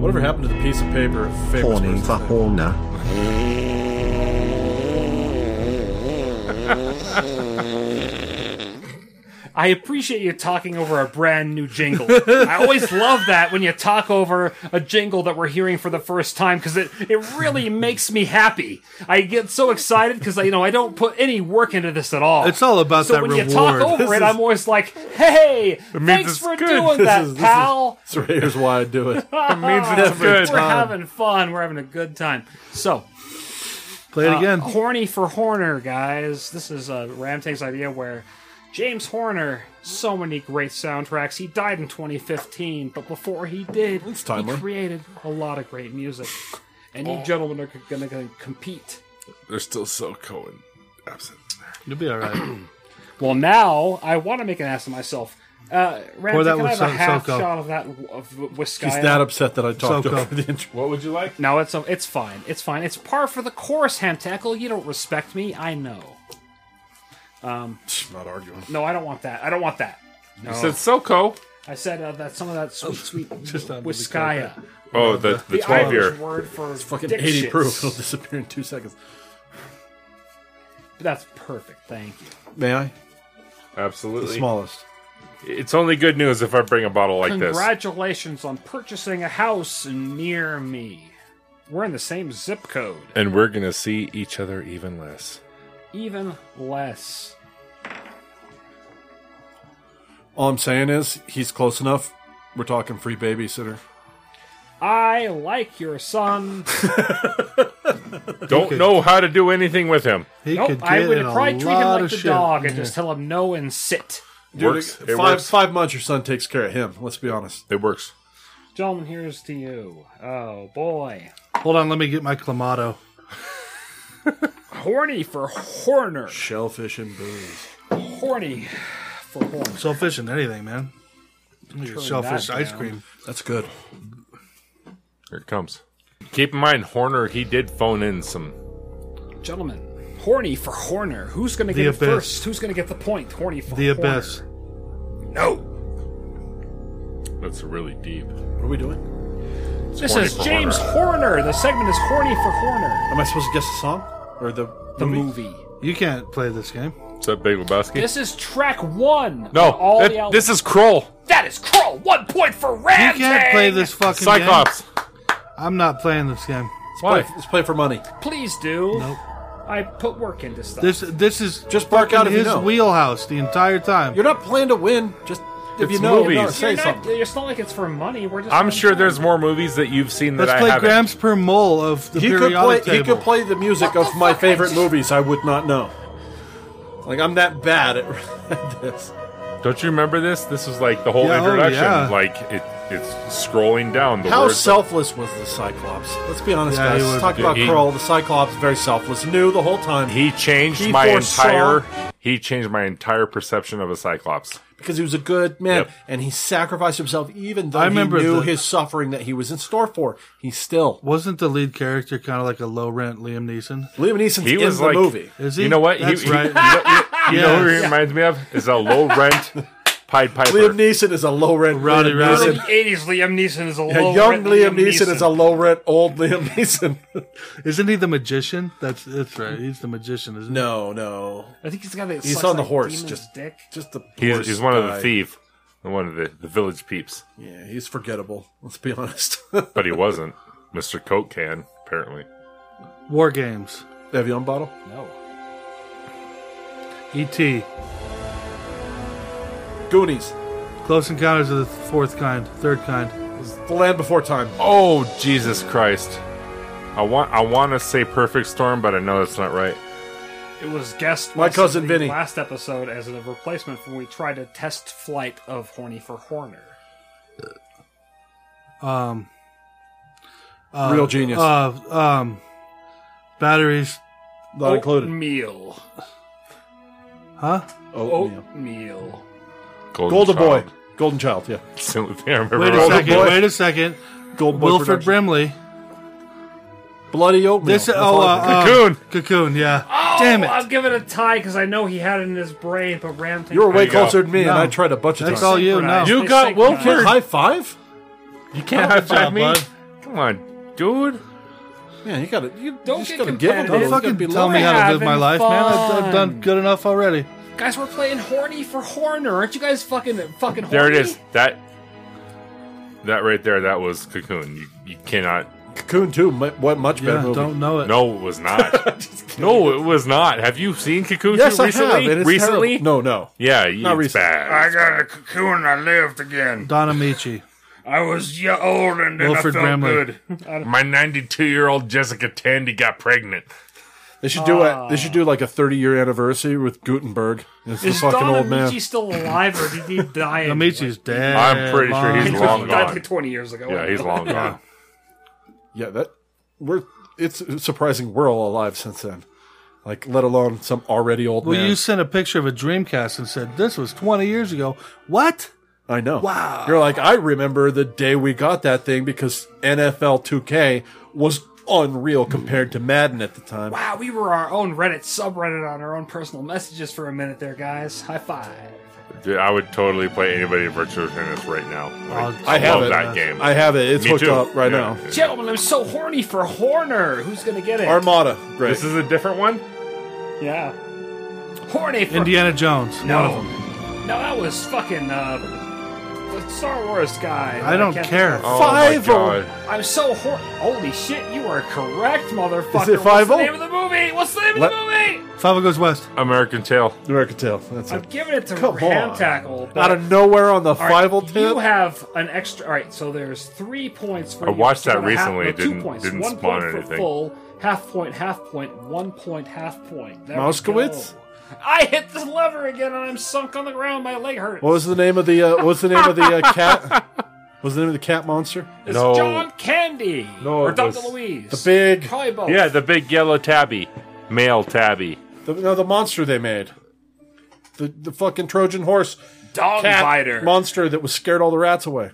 Whatever happened to the piece of paper? of famous Horny person's the name? Horner. I appreciate you talking over a brand new jingle. I always love that when you talk over a jingle that we're hearing for the first time because it, it really makes me happy. I get so excited because you know I don't put any work into this at all. It's all about so that when you talk reward. over This it, I'm always like, "Hey, thanks it's for good. doing This that, is- this is- pal." So here's why I do it. good. We're having fun. We're having a good time. So, Play it again. horny for Horner, guys. This is uh, Ramtang's idea where James Horner, so many great soundtracks. He died in 2015, but before he did, he timely. created a lot of great music. And you gentlemen are going to compete. They're still so Cohen absent. You'll be all right. Well, now I want to make an ass of myself. Uh, Ramtang, that can I with have a Sol- half Solko. shot of that w- of whiskey? He's that upset that I talked So over the intro. What would you like? No, it's it's fine. It's fine. It's par for the course, Ham Tackle. You don't respect me. I know. Not arguing. No, I don't want that. I don't want that. No. Said SoCo. I said uh, that some of that sweet, sweet Just not really whiskaya. Oh, the the The twelve Irish year. word for Fucking dick 80 shits. proof. It'll disappear in two seconds. That's perfect. Thank you. May I? The Absolutely. smallest. It's only good news if I bring a bottle like this. Congratulations on purchasing a house near me. We're in the same zip code. And we're gonna see each other even less. Even less. All I'm saying is he's close enough. We're talking free babysitter. I like your son. Don't know how to do anything with him. He nope, could get Oh, I would in a probably treat him lot like of the shit. dog and just tell him no and sit. works. Dude, It five works. five months your son takes care of him. Let's be honest. It works. Gentlemen, here's to you. Oh boy, Hold on, let me get my clamato. horny for Horner. Shellfish and booze. Horny for Horner. Shellfish and anything, man. Shellfish that ice down. cream. That's good. Here it comes. Keep in mind, Horner. He did phone in some. Gentlemen, horny for Horner. Who's going to get it Abyss. first? Who's going to get the point? Horny for The Horner. abyss. No. That's really deep. What are we doing? This Horny is for James Horner. The segment is Horny for Horner. Am I supposed to guess the song or the The movie? movie. You can't play this game. What's up, Big Lebowski? This is track one. no, on all that- the albums. this is Kroll. that is Kroll. One point for You Ramtang. can't play this fucking Cyclops. game. I'm not playing this game. Let's Why? play, let's play for money. Please do. Nope. I put work into stuff. This this is Just bark fucking out if you his know. wheelhouse the entire time. You're not playing to win. Just if It's you know, you movies. know, say You're not, something. it's not like it's for money. We're just. I'm having sure fun. there's more movies that you've seen that Let's I play haven't. grams per mole of the He could play. periodic He table. could play the music of my favorite movies. I would not know. Like I'm that bad at, at this. Don't you remember this? This was like the whole Yeah, oh, introduction. yeah. Like it, It's scrolling down. The How words selfless was the Cyclops? Let's be honest, Yeah, guys. he Let's was- talk about he- Kroll. The Cyclops very selfless, knew the whole time. He changed He my foresaw- entire. He changed my entire perception of a Cyclops. because he was a good man Yep. and he sacrificed himself even though I he remember knew the- his suffering that he was in store for. He still Wasn't the lead character kind of like a low rent Liam Neeson? Liam Neeson's He in was the like, movie. Is he? You know what? He- That's he- right. you know- you- you know who he Yes. reminds me of? Is a low rent Pied Piper. Liam Neeson is a low rent Rowdy Liam Rowdy. Neeson. Early 80s Liam Neeson is a Yeah, low young rent Liam, Neeson, is a low rent old Liam Neeson. Isn't he the magician? That's that's right. He's the magician, isn't no, no. I think he's got that. He's sucks on the like horse, demon's just- dick. Just the He's, poorest he's one of guy. the thief, and one of the, the village peeps, Yeah, he's forgettable. Let's be honest. but he wasn't Mr. Coke Can apparently. he? War Games, Evian bottle. No. E.T., Goonies. Close Encounters of the Fourth Kind, Third Kind. The Land Before Time. Oh Jesus Christ! I want I want to say Perfect Storm, but I know that's not right. It was guest My cousin the Vinny. last episode as a replacement for when we tried a test flight of Horny for Horner. Um, uh, Real genius. Uh, um, batteries, Oh, Not mm, included. Oatmeal. huh? Oatmeal. Oatmeal. Oh, Golden Child. Boy. Golden Child, yeah. It's the only thing I remember. Wait a about second. it. Boy. Wait a second. Golden Boy Wilfred production. Brimley. Bloody Oatmeal. This That's oh all uh, I uh, remember. Cocoon. Cocoon. Yeah. Oh, Damn it. I'll give it a tie because I know he had it in his brain, but Ram. you were There way you go. closer than me, and No. I tried a bunch of That's times. all you know. You You got Wilfred. Wilfred. High five? You can't high Good job, five me. bud. Come on, dude. Man, you gotta. You Don't just get gotta give them. competitive. Don't It's fucking be tell like- me how to live having my life, man. I've, I've done fun. good enough already. Guys, we're playing horny for Horner. Aren't you guys fucking fucking horny? There it is. That that right there. That was Cocoon. You, you cannot. Cocoon too. mu- What much better Yeah, movie. don't know it. No, it was not. no, it was not. Have you seen Cocoon yes, two I recently? have. And it's recently? terrible. No, no. Yeah, you it's recently. bad. got a cocoon. I lived again. Don Amici. I was y- old and Wilfred Brimley. My 92 year old Jessica Tandy got pregnant. They should do Ah. it. They should do like a 30 year anniversary with Gutenberg. It's the Is fucking Don old Oh, man. Amici still alive or did he die? in- Amici's dead. I'm pretty sure he's He long. long died gone. like 20 years ago. Yeah, he's long gone. Yeah, that we're. It's surprising we're all alive since then. Like, let alone some already old Well, man. you sent a picture of a Dreamcast and said this was 20 years ago. What? I know. Wow. You're like, I remember the day we got that thing because NFL 2K was unreal compared to Madden at the time. Wow, we were our own Reddit subreddit on our own personal messages for a minute there, guys. High five. Dude, I would totally play anybody in Virtual Tennis right now. Like, I have love it. that game. I have it. It's Me hooked too. up right Yeah. now. Gentlemen, I'm so horny for Horner. Who's going to get it? Armada. Great. This is a different one? yeah. Horny for Indiana Jones. No. One of them. No, that was fucking uh, the Star Wars guy. I don't Can't- care. Oh Five-o. my god. I'm so horny. Holy shit, you are correct, motherfucker. Is it What's the 5-0? name of the movie? What's the name of Let- the movie? Fava Oh. goes west. American Tail. American Tail. That's I'm it. giving it to Come Ram on. Tackle. but- Out of nowhere on the All right, five old tip. You have an extra. All right, so there's three points for. I you. watched that About a half- recently. no, It two didn't- points. didn't one spawn point anything. For full half point, half point, one point, half point. There we Moskowitz? go. I hit the lever again, and I'm sunk on the ground. My leg hurts. What was the name of the uh, what was the name of the uh, cat? What was the name of the cat monster? It's No. John Candy No, or it Dr. was- Louise. The big Probably both. Yeah, the big yellow tabby. Male tabby. the, no the monster they made. The the fucking Trojan horse dog cat biter. monster that was scared all the rats away.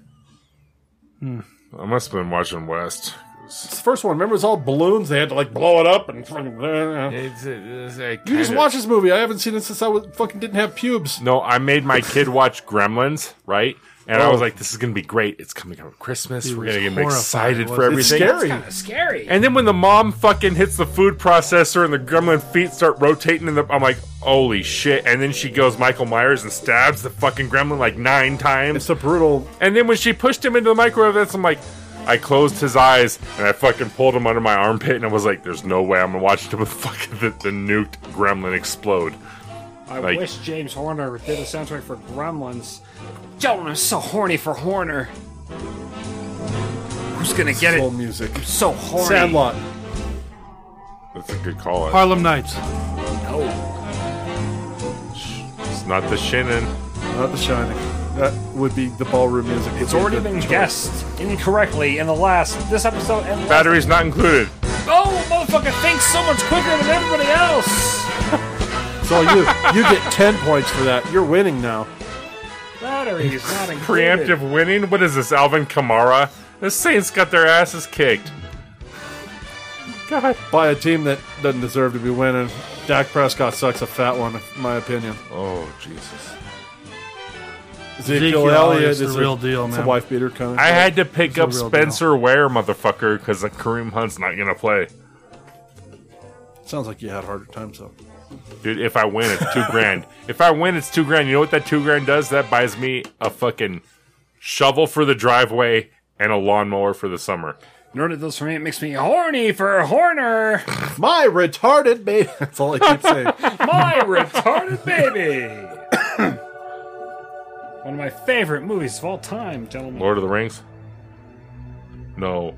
I must have been watching West. It's the first one. Remember, it was all balloons. They had to like blow it up and fucking. You just watched this movie. I haven't seen it since I was, fucking didn't have pubes. No, I made my kid watch Gremlins, right? And I Oh. was like, "This is gonna be great. It's coming out Christmas. We're was gonna get horrified, excited for wasn't It's everything." scary. Kind of scary. And then when the mom fucking hits the food processor and the gremlin feet start rotating, in the I'm like, "Holy shit!" And then she goes Michael Myers and stabs the fucking gremlin like nine times. It's a brutal. And then when she pushed him into the microwave, that's I'm like, I closed his eyes and I fucking pulled him under my armpit and I was like, "There's no way I'm gonna watch the fucking the, the nuked gremlin explode." I like- wish James Horner did a soundtrack for Gremlins. Gentlemen, I'm so horny for Horner. Who's gonna get Soul it? music. So horny. Sandlot. That's a good call. out. Harlem Nights. No. Oh. It's not the Shannon. Not The Shining. That would be the ballroom music. would It's be a already good been choice. guessed incorrectly in the last this episode and the last- Batteries not included. Oh, motherfucker thinks so much quicker than everybody else. So you you get ten points for that. You're winning now. Batteries not included. Preemptive winning? What is this, Alvin Kamara? The Saints got their asses kicked. God. By a team that doesn't deserve to be winning. Dak Prescott sucks a fat one, in my opinion. Oh, Jesus. Ezekiel, Ezekiel Elliott Elliott's is the real deal, It's a man. wife beater kind of. I had to pick It's a up real Spencer Ware, motherfucker, because Kareem Hunt's not going to play. Sounds like you had harder times though. Dude, if I win, it's two grand. If I win, it's two grand. You know what that two grand does? That buys me a fucking shovel for the driveway and a lawnmower for the summer. You know what it does for me? It makes me horny for Horner, My retarded baby. That's all I keep saying. my retarded baby. One of my favorite movies of all time, gentlemen. Lord of the Rings? No.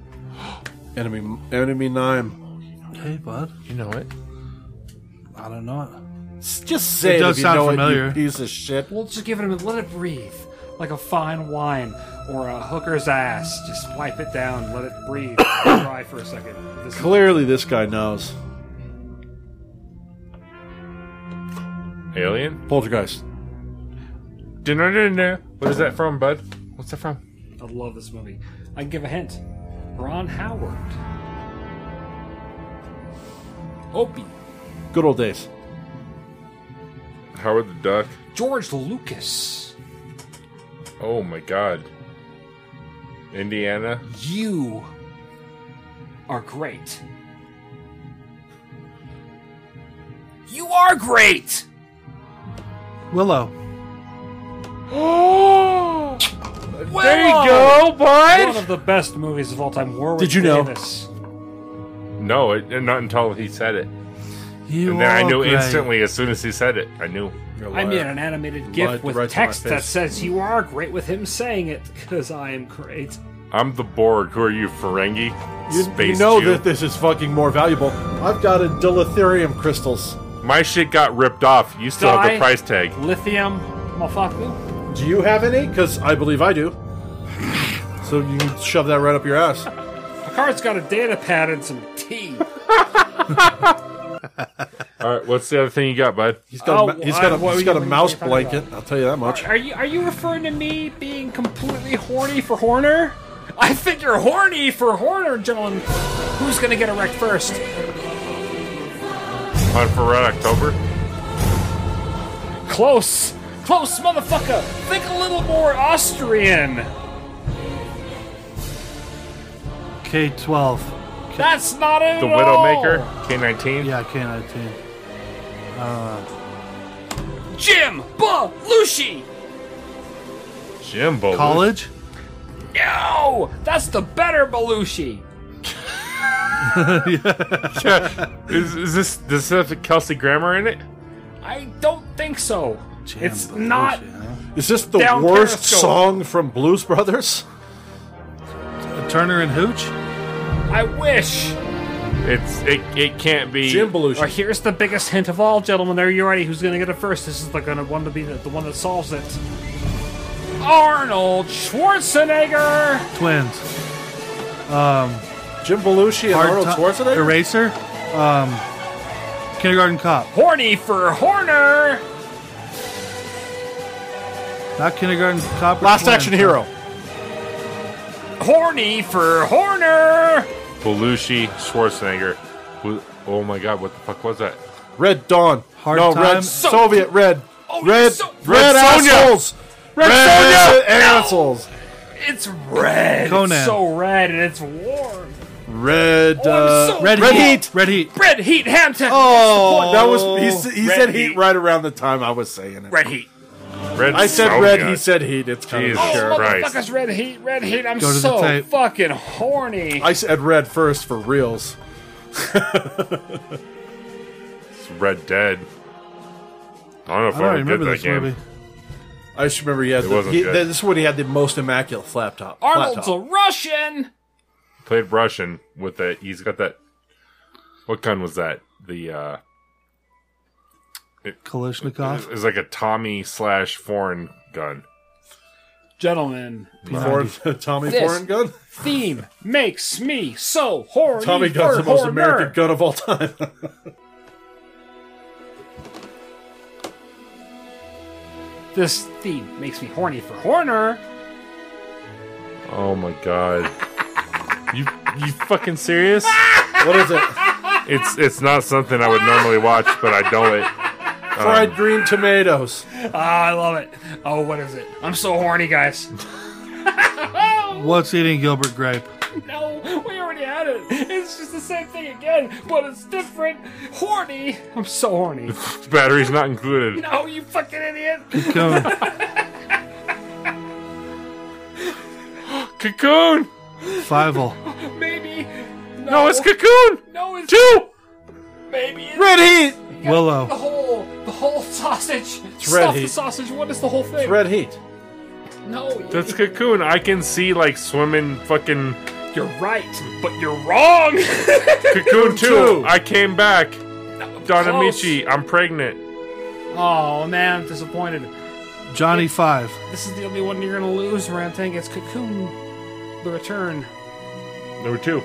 enemy, enemy nine. Hey, bud. You know it. I don't know. Just say it, does if you sound know it, you familiar. piece of shit. We'll just give it a minute. Let it breathe. Like a fine wine or a hooker's ass. Just wipe it down. Let it breathe. dry for a second. This Clearly, this guy knows. Alien? Poltergeist. Dun-dun-dun-dun. What is that from, bud? What's that from? I love this movie. I can give a hint. Ron Howard. Opie. Good old days. Howard the Duck. George Lucas. Oh my god. Indiana? You are great. You are great! Willow. There you go, One bud! of the best movies of all time. Warwick Did you know? Davis. No, it, not until he said it. You and then I are knew great. instantly as soon as he said it. I knew. I made an animated Lied GIF with right to my text that face. says "You are great" with him saying it because I am great. I'm the Borg. Who are you, Ferengi? You, you Space know Jew? that this is fucking more valuable. I've got a dilithium crystals. My shit got ripped off. You still have Die. the price tag. Lithium, motherfucker. Do you have any? Because I believe I do. So you can shove that right up your ass. My card's got a data pad and some tea. All right, what's the other thing you got, bud? He's got Oh, a, ma- he's got a, I- what he's were got you- what a were you mouse talking blanket. I'll tell you that much. Are you are you referring to me being completely horny for Horner? I think you're horny for Horner, gentlemen. Who's gonna get erect first? On for Red October? Close, close, motherfucker. Think a little more Austrian. K twelve. That's not it. The at all. Widowmaker? K19? Yeah, K nineteen. Jim Belushi. Jimbo. College. No, that's the better Belushi. Is, is this, does this have Kelsey Grammer in it? I don't think so. Damn, it's Belushi, not. huh? Is this the Down worst Periscope. song from Blues Brothers? Turner and Hooch. I wish. It's It, it can't be. Jim Belushi. Or here's the biggest hint of all, gentlemen. There you already. Who's gonna get it first? This is the gonna one to be the, the one that solves it. Arnold Schwarzenegger. Twins. Jim Belushi and Hard Arnold Ti- Schwarzenegger? Eraser. Um, kindergarten Cop. Horny for Horner. Not Kindergarten Cop. or Last Twins. Action Hero. Horny for Horner. Belushi Schwarzenegger. Who- Oh my god, what the fuck was that? Red Dawn. Hard no, Time. Red Soviet Red. Oh, red, so- red Red Sonja. assholes. Red, Sonja. assholes. It's red. Conan. It's so red and it's warm. Red. Oh, I'm uh, so Red, Red Heat. Heat. Red Heat. Red heat Hampton. Oh, that was he. s- He Red said heat Heat. right around the time I was saying it. red heat. Red I said Sonja. red. He said heat. It's kind Jesus of Oh, sure. Christ. motherfuckers, red heat, red heat. I'm Go to the so tape. fucking horny. I said red first for reals. It's Red Dead. I don't know if I, I don't ever remember did that this game. movie. I just remember he had. The, wasn't he, good. this is when he had the most immaculate flat top. flat Arnold's a top. Russian. Played Russian with that. He's got that. What gun was that? The uh, Kalashnikov. It's like a Tommy slash foreign gun. gentlemen, Porn- Tommy This Foreign Gun? theme makes me so horny. Tommy Gun's for the most horror. American gun of all time. This theme makes me horny for Horner. Oh my god. you you fucking serious? what is it? It's it's not something I would normally watch, but I don't it. Fried green tomatoes. Ah, I love it. Oh, what is it? I'm so horny, guys. What's eating Gilbert Grape? No, we already had it. It's just the same thing again, but it's different. Horny. I'm so horny. Battery's not included. No, you fucking idiot. Cocoon. Cocoon. Fivel. Maybe. No, No, it's Cocoon. No, it's Two. maybe. It's Red Heat! The Willow. whole, the whole sausage. red Stuff the heat. sausage. What is the whole thing? It's Red Heat. No, you- That's Cocoon. I can see like swimming fucking you're right, but you're wrong. Cocoon Two. two. I came back. Donna Close. Michi, I'm pregnant. Oh man, I'm disappointed. Johnny Five. This is the only one you're gonna lose, Rantang. It's Cocoon, the Return. Number two.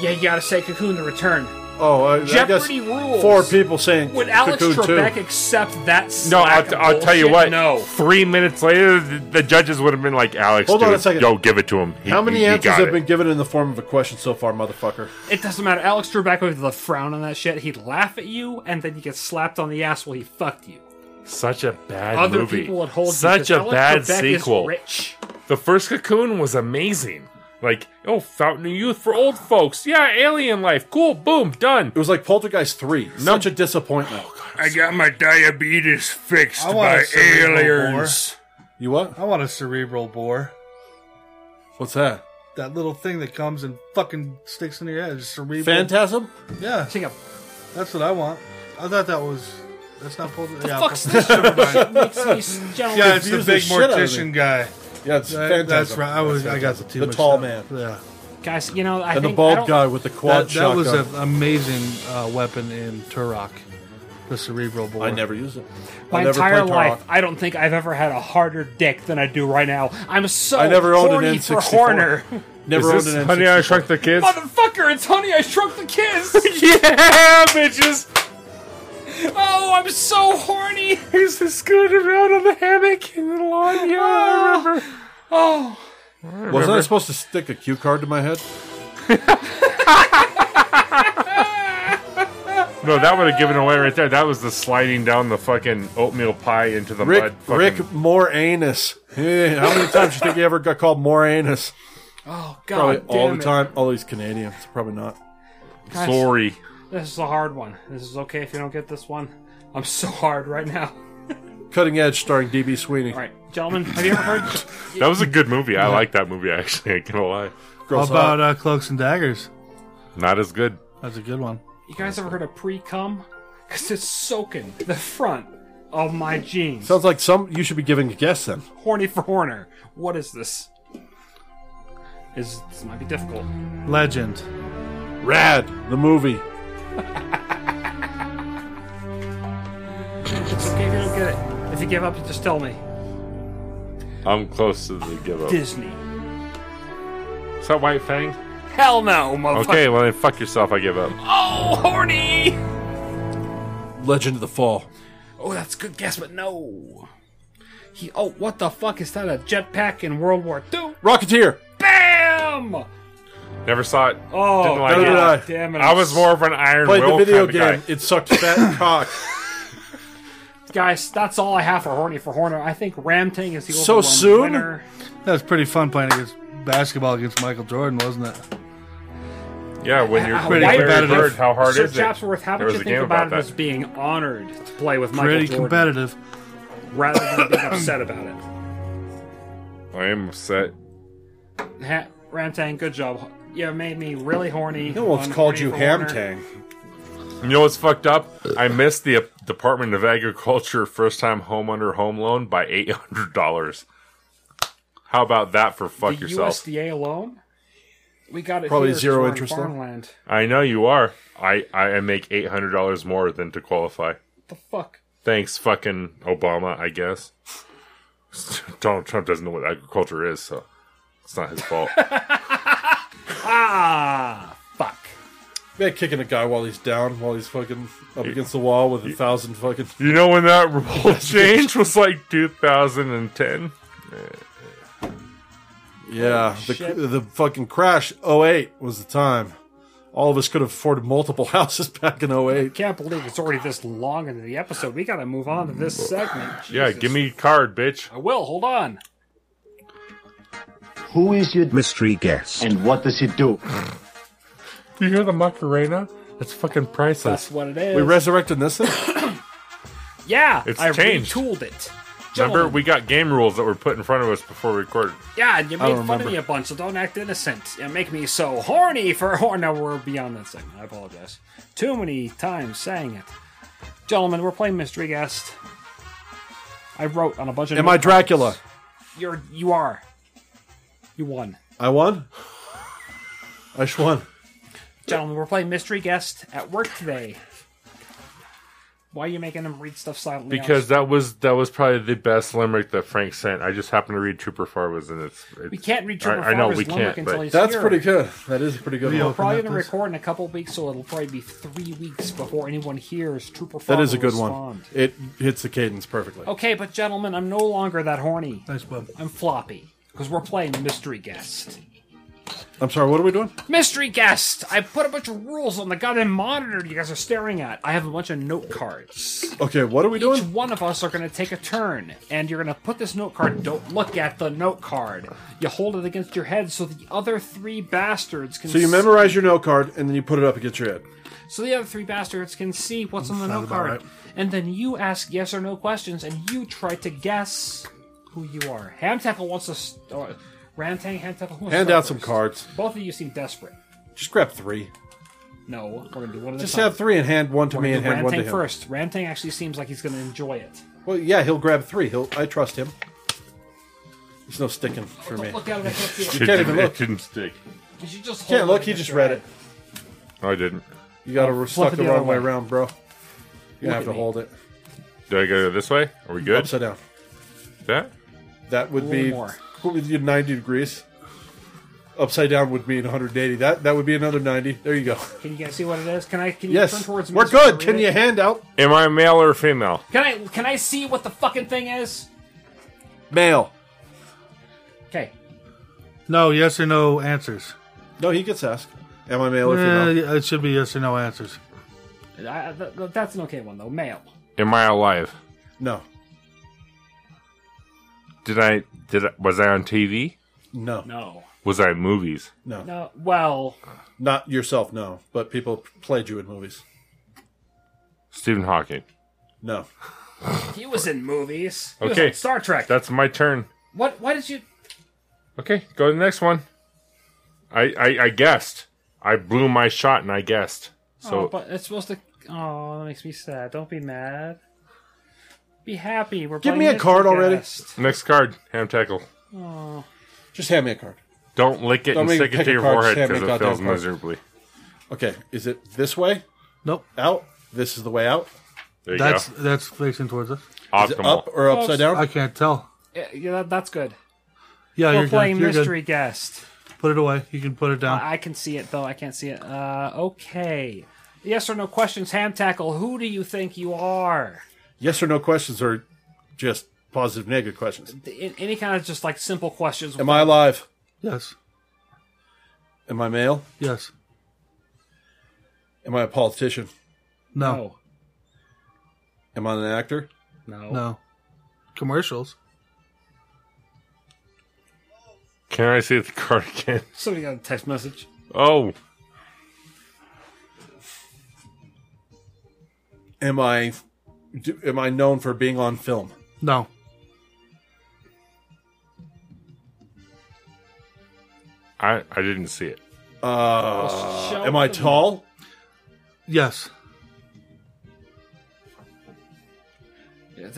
Yeah, you gotta say Cocoon, the Return. Oh, I, I guess Jeopardy rules. four people saying Would Alex Cocoon Trebek too. accept that? No, slack of I'll, I'll tell you bullshit? what. No. Three minutes later, the, the judges would have been like, "Alex, Hold on dude, a second. Yo, give it to him. He- How many he, he answers got have it. been given in the form of a question so far, motherfucker? It doesn't matter. Alex Trebek with the frown on that shit, he'd laugh at you, and then you get slapped on the ass while he fucked you. Such a bad Other movie. people would hold you Such 'cause a Alex bad Trebek Is sequel. rich. The first Cocoon was amazing. Like, oh, Fountain of Youth for old folks. Yeah, Alien Life. Cool. Boom. Done. It was like Poltergeist 3. Such a disappointment. I got my diabetes fixed I want a by cerebral aliens. You what? I want a cerebral bore. What's that? That little thing that comes and fucking sticks in your head. Cerebral. Phantasm? Yeah, Take a that's what I want. I thought that was. That's not pulled. The yeah, fuck's pulled- this? Never mind. Makes me gentlemen. Yeah, it's the Confuse the big shit out of me. mortician guy. Yeah, it's That- Phantasm. that's right. I was. I got the two. The mixed tall up. man. Yeah, Guys, you know, I And the think I bald don't- guy with the quad that, that shotgun. was an amazing uh, weapon in Turok, the cerebral bore. I never used it. My I never entire played Turok. life, I don't think I've ever had a harder dick than I do right now. I'm so I never owned an horny for N64. Horner. Never Is owned this an Honey, N64. I Shrunk the Kids? Motherfucker, it's Honey, I Shrunk the Kids. yeah, bitches. oh, I'm so horny. He's just scooting around on the hammock in the lawn. Yeah, I remember. Oh, Wasn't I supposed to stick a cue card to my head? No, that would have given away right there. That was the sliding down the fucking oatmeal pie into the Rick mud. Fucking, Rick Moranis. Yeah, how many times do you think he ever got called Moranis? oh, god Probably damn all the it. time. All these Canadians. Probably not. Guys, Sorry. This is a hard one. This is okay if you don't get this one. I'm so hard right now. Cutting Edge starring DB Sweeney. All right, gentlemen, have you ever heard? That was a good movie. I like that movie, actually. I can't lie. How Girls about uh, cloaks and daggers? Not as good. That's a good one. You guys ever heard of pre cum? Because it's soaking the front of my jeans. Sounds like some you should be giving a guess then. horny for Horner. What is this? Is this might be difficult? Legend. Rad, the movie. It's okay if you don't get it. If you give up, just tell me. I'm close to the give up. Disney. Is that White Fang? Hell no, motherfucker. Okay, well then fuck yourself. I give up. Oh, horny. Legend of the Fall. Oh, that's a good guess, but no. He. Oh, what the fuck is that? A jetpack in World War II? Rocketeer. Bam! Oh, Never saw it. Didn't like neither it. did I. God damn it! I was more of an Iron Played the Will video kind of game. guy. It sucked fat cock. Guys, that's all I have for horny for Horner. I think Ramting is the So overwhelming soon? winner. That was pretty fun playing against basketball against Michael Jordan, wasn't it? Yeah, when you're How- pretty why- Larry Bird, how hard Sir is Chapsworth, it? how There did was you a think game about, it that. as being honored to play with Michael Pretty Jordan competitive. rather than being upset about it? I am upset. Ha- Ramtang, good job. You made me really horny. No one's on called Horny you for Ham Horner. Tang. You know what's fucked up? I missed the uh, Department of Agriculture first time home under home loan by eight hundred dollars. How about that for The fuck yourself? USDA alone? We got it Probably here, it's zero on interest, though. Farmland. I know you are. I I make eight hundred dollars more than to qualify. The fuck? Thanks, fucking Obama. I guess. Donald Trump doesn't know what agriculture is, so it's not his fault. ah, fuck. Man, kicking a guy while he's down, while he's fucking up against the wall with a thousand fucking. You know when that rule change was like 2010? Yeah, the, the fucking crash 08 was the time. All of us could have afforded multiple houses back in 08. Can't believe it's already this long into the episode. We gotta move on to this segment. Yeah, give me card, bitch. I will, hold on. Who is your mystery guest? And what does he do? Do you hear the Macarena? That's fucking priceless. That's what it is. We resurrected this thing? yeah, It's I changed. retooled it. Remember, Gentlemen, we got game rules that were put in front of us before we recorded. Yeah, and you made I fun don't of remember. me a bunch, so don't act innocent and make me so horny for horn. Now we're beyond that segment. I apologize. Too many times saying it. Gentlemen, we're playing Mystery Guest. I wrote on a bunch of. Am I notecards. Dracula? You're. You are. You won. I won? I sh- won. Gentlemen, we're playing Mystery Guest at work today. Why are you making them read stuff silently? Because that was that was probably the best limerick that Frank sent. I just happened to read Trooper Far was in it's, it's We can't read Trooper I, I know Farr's we limerick can't. until But he's That's here. pretty good. That is a pretty good. We're one. probably going to record in a couple weeks, so it'll probably be three weeks before anyone hears Trooper That is a Farmer good respond. one. It hits the cadence perfectly. Okay, but gentlemen, I'm no longer that horny. Nice web. I'm floppy because we're playing Mystery Guest. I'm sorry, what are we doing? Mystery Guest! I put a bunch of rules on the goddamn monitor you guys are staring at. I have a bunch of note cards. Okay, what are we Each doing? one of us are going to take a turn, and you're going to put this note card. Don't look at the note card. You hold it against your head so the other three bastards can. So you s- memorize your note card and then you put it up against your head. so the other three bastards can see what's on the Sounds note about card, right. and then you ask yes or no questions, and you try to guess who you are. Ham Tackle wants to. s- Or, Ramtang, Ham Tackle, who wants to Hand start out some first? cards. Both of you seem desperate. Just grab three. No, we're gonna do one of the Just time. have three and hand one to We're me gonna and do hand one to Ramtang him. first. Ramtang actually seems like he's gonna enjoy it. Well, yeah, he'll grab three. He'll. I trust him. There's no sticking for me. Don't look at it. I can't see You it. can't even it look. didn't stick. You should just hold Can't look. it He against just your read eye. it. No, I didn't. You got to stuck it the the wrong other way way. around, bro. You Look have at to me. hold it Did I go this way? Are we good? upside down. That? That would little be more. what would you- 90 degrees. Upside down would mean 180. That that would be another 90. There you go. Can you guys see what it is? Can I? Can you turn Yes, towards me? we're so I good. read Can it? you hand out Am I male or female? Can I? Can I see what the fucking thing is? male? Okay. No, yes or no answers. No, he gets asked. Am I male or Uh, Eh, female? it should be yes or no answers. I, I- th- th- that's an okay one though. Male. Am I alive? No, Did I did I, was I on TV? no, No. Was I in movies? no. No. Well, Not yourself. No, but people played you in movies. Stephen Hawking. No, he was in movies. He was Okay. on Star Trek. That's my turn. what? Why did you? Okay, go to the next one. I I, I guessed. I blew my shot and I guessed. So oh, but it's supposed to. Oh, that makes me sad. Don't be mad. Be happy. We're Give playing me a Mystery card already. Guest. next card, ham tackle. just hand me a card. Don't lick it Don't and make me stick it pick to a your card, forehead Sam, because you it goddamn fails card. miserably. Okay, is it this way Nope. out? This is the way out. There you That's go. that's facing towards us. Is it Optimal. up or upside down? I can't tell. Yeah, yeah, that, that's good. Oh, Yeah, We're you're playing good. You're Mystery Guest. good. Put it away. You can put it down. I I can see it though. I can't see it. Uh, okay. Yes or no questions, Ham Tackle. Who do you think you are? Yes or no questions or just positive negative questions. In, any kind of just like simple questions. Am I alive? yes. Am I male? Yes. Am I a politician? No. Am I an actor? No. No. Commercials. Can I see the card again? Somebody got a text message. Oh, Am I do, am I known for being on film? No. I I didn't see it. Uh, Show am I them. tall? Yes.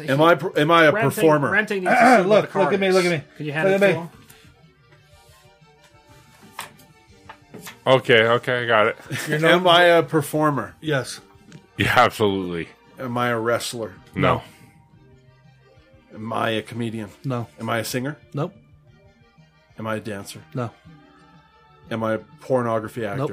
Am I pr- am I a Ramtang- performer? Ramtang needs to see what Look, the look card at me, is. look at me. Can you hand Look it at to me. him? Okay, okay, I got it. am I a performer? Yes. Yeah, absolutely. Am I a wrestler? No. Am I a comedian? No. Am I a singer? Nope. Am I a dancer? No. Am I a pornography Nope.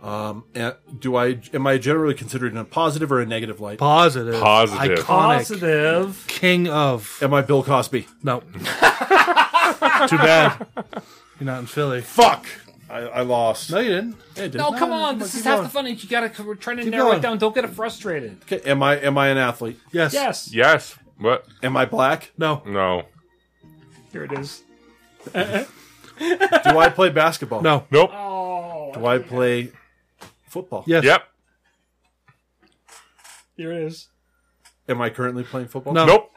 actor? Um, and do I am I generally considered in a positive or a negative light? Positive. Positive. Iconic. Positive. King of. Am I Bill Cosby? No. Too bad. You're not in Philly. Fuck. I, I lost. No, you didn't. No, come on. This is half the fun. You gotta we're trying to Keep narrow going. it down. Don't get it frustrated. Okay, am I am I an athlete? Yes. Yes. Yes. What? Am I black? No. No. Here it is. Do I play basketball? No. Nope. Oh. Oh. Do I play football? Yes. Yep. Here it is. Am I currently playing football? No. Nope.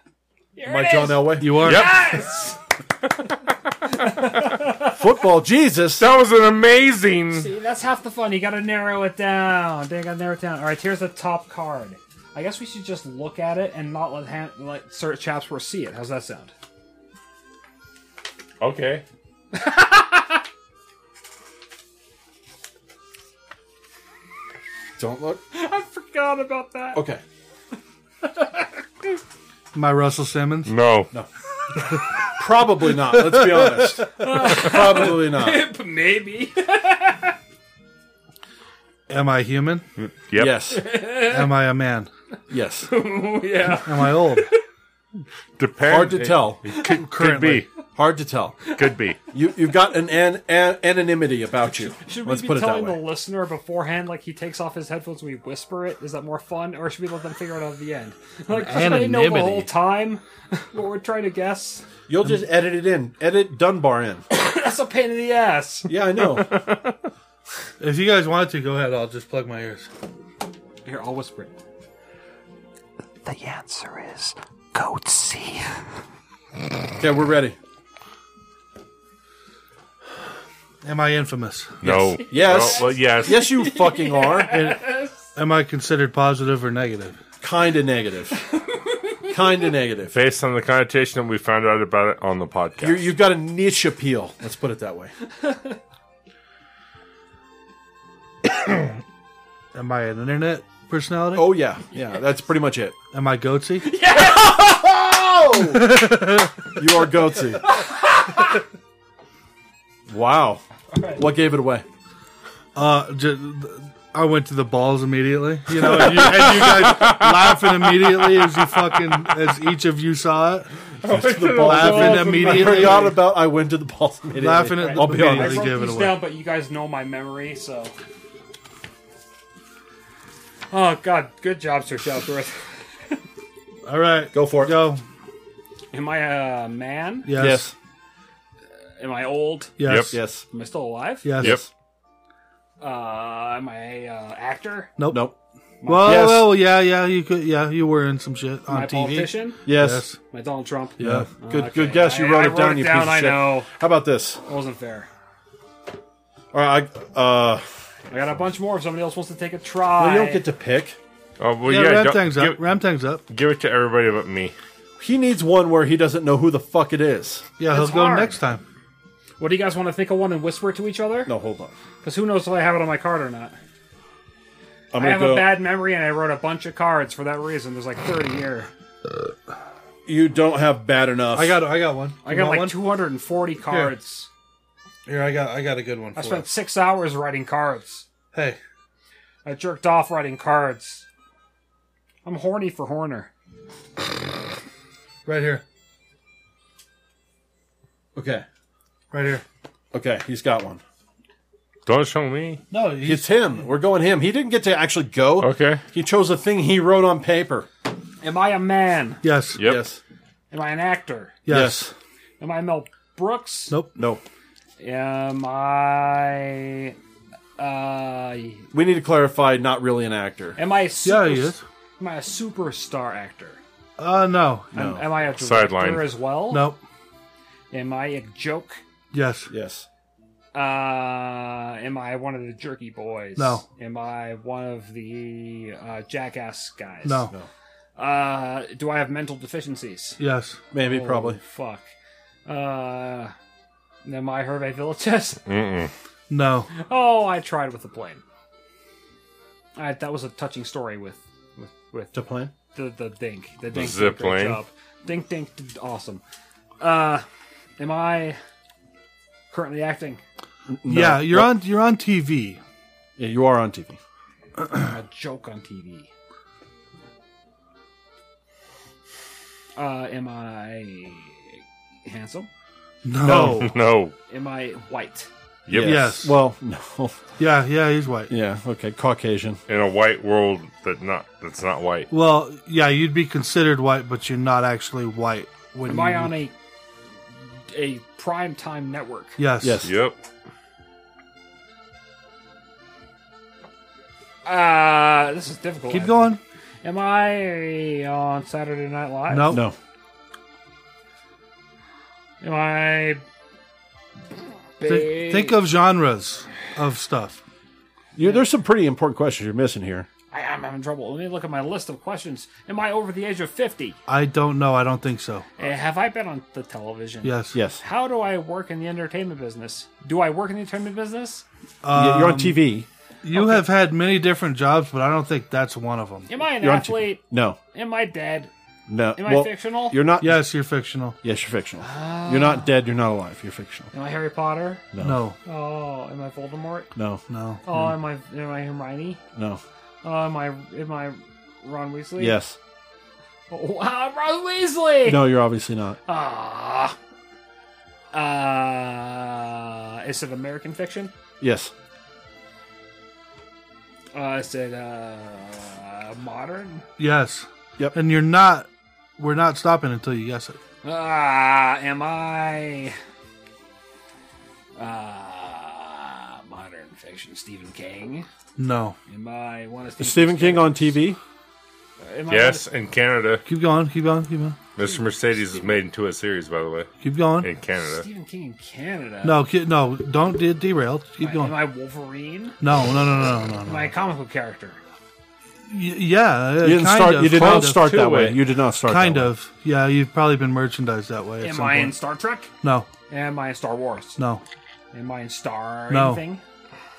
Here Am I it John is. Elway? You are. Yes. football, Jesus. That was an amazing. See, that's half the fun. You gotta narrow it down. You gotta narrow it down. All right, here's the top card. I guess we should just look at it and not let ha- let Sir Chapsworth see it. How's that sound? Okay. Don't look. I forgot about that. Okay. My Russell Simmons. No. Probably not. Let's be honest. Probably not. Maybe. Am I human? Yep. Yes. Am I a man? Yes. yeah. Am I old? Depend- Hard to tell. Could, could be. Hard to tell. Could be. You you've got an, an, an anonymity about you. Should we Let's be put it that telling the way. listener beforehand, like he takes off his headphones, we whisper it? Is that more fun, or should we let them figure it out at the end? Like, should they know the Anonymity. whole time what we're trying to guess? You'll just edit it in. Edit Dunbar in. That's a pain in the ass. Yeah, I know. If you guys wanted to, go ahead. I'll just plug my ears. Here, I'll whisper it. The answer is goat sea. Okay, we're ready. Am I infamous? No. Yes. Well, well, yes. Yes, you fucking are. Am I considered positive or negative? Kind of negative. Kind of negative. Based on the connotation that we found out about it on the podcast. You're, you've got a niche appeal. Let's put it that way. Am I an internet personality? Oh yeah, yeah. That's pretty much it. Am I goatsy? Oh! you are goatsy. wow. What gave it away? Uh, ju- I went to the balls immediately. You know, and you, and you guys laughing immediately as you fucking as each of you saw it. The Laughing I immediately. forgot about I went to the balls immediately. Laughing at- I'll be immediately. honest. They I gave wrote it these away. down, but you guys know my memory, so. Oh God! Good job, Sir Sheldrath. All right, Go for it. Go. Am I a man? Yes. Am I old? Yes. Yep. Yes. Am I still alive? Yes. Yep. Uh, am I uh, actor? Nope. Nope. Well, Yes. well, yeah, yeah. You could, yeah. You were in some shit on Am I a TV. politician? Yes. Yes. Am I Donald Trump? Yeah. Good. Okay. Good guess. You I- wrote I it down. you piece of I shit. know. How about this? That wasn't fair. All right. I, uh, I got a bunch more if somebody else wants to take a try. you don't get to pick. Oh, well, Yeah, yeah. ramp don't- things up. give, Ramp things up. give it to everybody but me. He needs one where he doesn't know who the fuck it is. Yeah, he'll It's go hard. next time. What do you guys want to think of one and whisper it to each other? No, hold on. Because who knows if I have it on my card or not. I'm gonna I have go. a bad memory and I wrote a bunch of cards for that reason. There's like 30 here. you don't have bad enough. I got, I got one. I You got like want one? 240 cards. Here, I got, I got a good one. I for spent six hours writing cards. you. Hey, I jerked off writing cards. I'm horny for Horner. right here, Okay. right here. Okay. He's got one. Don't show me. No, he's, It's him. We're going him. He didn't get to actually go. Okay. He chose a thing he wrote on paper. Am I a man? yes, Yep. Yes. Am I an actor? yes, Am I Mel Brooks? Nope. No. Am I. Uh, We need to clarify. Not really an actor. am I a yeah, super, he is. Am I a superstar actor? Uh, no, Am, am I a director Sideline. as well? nope. Am I a joke? Yes, Yes. Uh, am I one of the jerky boys? No. Am I one of the uh, jackass guys? no, Uh, do I have mental deficiencies? yes, Maybe. Oh, Probably. Fuck. Uh, am I Hervé Villechess? Mm-mm. no. oh, I tried with the plane. I, that was a touching story with with with To plan. the the dink. The dink zip did a great line. job. Dink dink did awesome. Uh, am I currently acting? yeah, you're on you're on TV. Yeah, you are on TV. a joke on TV. Uh, am I handsome? No. No. Am I white? Yep. Yes. Well, no. Yeah, yeah, he's white. Yeah. Okay. Caucasian. In a white world that not that's not white. Well, yeah, you'd be considered white, but you're not actually white. When Am you, I on a a prime time network? Yes. Yes. Yep. Uh, this is difficult. Keep going. Am I on Saturday Night Live? No. No. Am I? Think, think of genres of stuff. You, there's some pretty important questions you're missing here. I, I'm having trouble. Let me look at my list of questions. Am I over the age of fifty? I don't know. I don't think so. Uh, have I been on the television? Yes. Yes. How do I work in the entertainment business? Do I work in the entertainment business? Y- you're on TV. You have had many different jobs, but I don't think that's one of them. Am I an You're on TV. athlete? No. Am I dead? No. Am I fictional? You're not. Yes, you're fictional. Yes, you're fictional. you're not dead. You're not alive. You're fictional. Am I Harry Potter? No. No. Mm-hmm. Oh, am I Voldemort? No. No. Oh, am I am I Hermione? No. Oh, am I am I Ron Weasley? Yes. Oh, wow, Ron Weasley. No. You're obviously not. Ah. Uh, is it American fiction? Yes. Uh, is it uh, modern? Yes. Yep. And you're not. We're not stopping until you guess it. Ah, am I? Uh, modern fiction, Stephen King. No. Am I one of Is Stephen King on TV? Am I Yes, in Canada. Keep going. Keep going. Keep going. Mr. Mercedes is made into a series, by the way, Keep going. in Canada. Stephen King in Canada? No. Keep, no. Don't de- derail. Keep Am going. I Wolverine? No. No. No. No. No. Am No. I a comic book character? Y- yeah. uh, You didn't start. you did not start that two way. way. You did not start. Kind that way. of. Yeah. You've probably been merchandised that way. at Am some I point. in Star Trek? No. Am I in Star Wars? No. Am I in Star No. anything?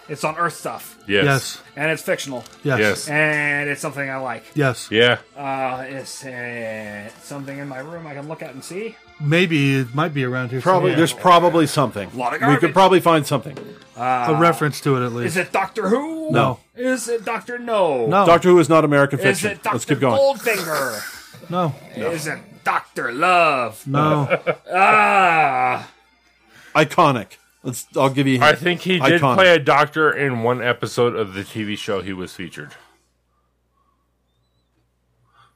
It's on Earth stuff, Yes. Yes. and it's fictional, Yes. Yes. and it's something I like. Yes. Yeah. Uh, it's uh, something in my room I can look at and see. Maybe it might be around here. Probably. somewhere. There's probably something. Lot of we could garbage. probably find something. a reference to it at Is least. it Doctor Who? No. Is it Doctor No? No. Doctor Who is not American Is fiction. it Doctor Let's keep going. Goldfinger? No. Is it Doctor Love? No. Ah, Iconic. Let's. I'll give you. a I hint. think he did Iconic. play a doctor in one episode of the TV show he was featured.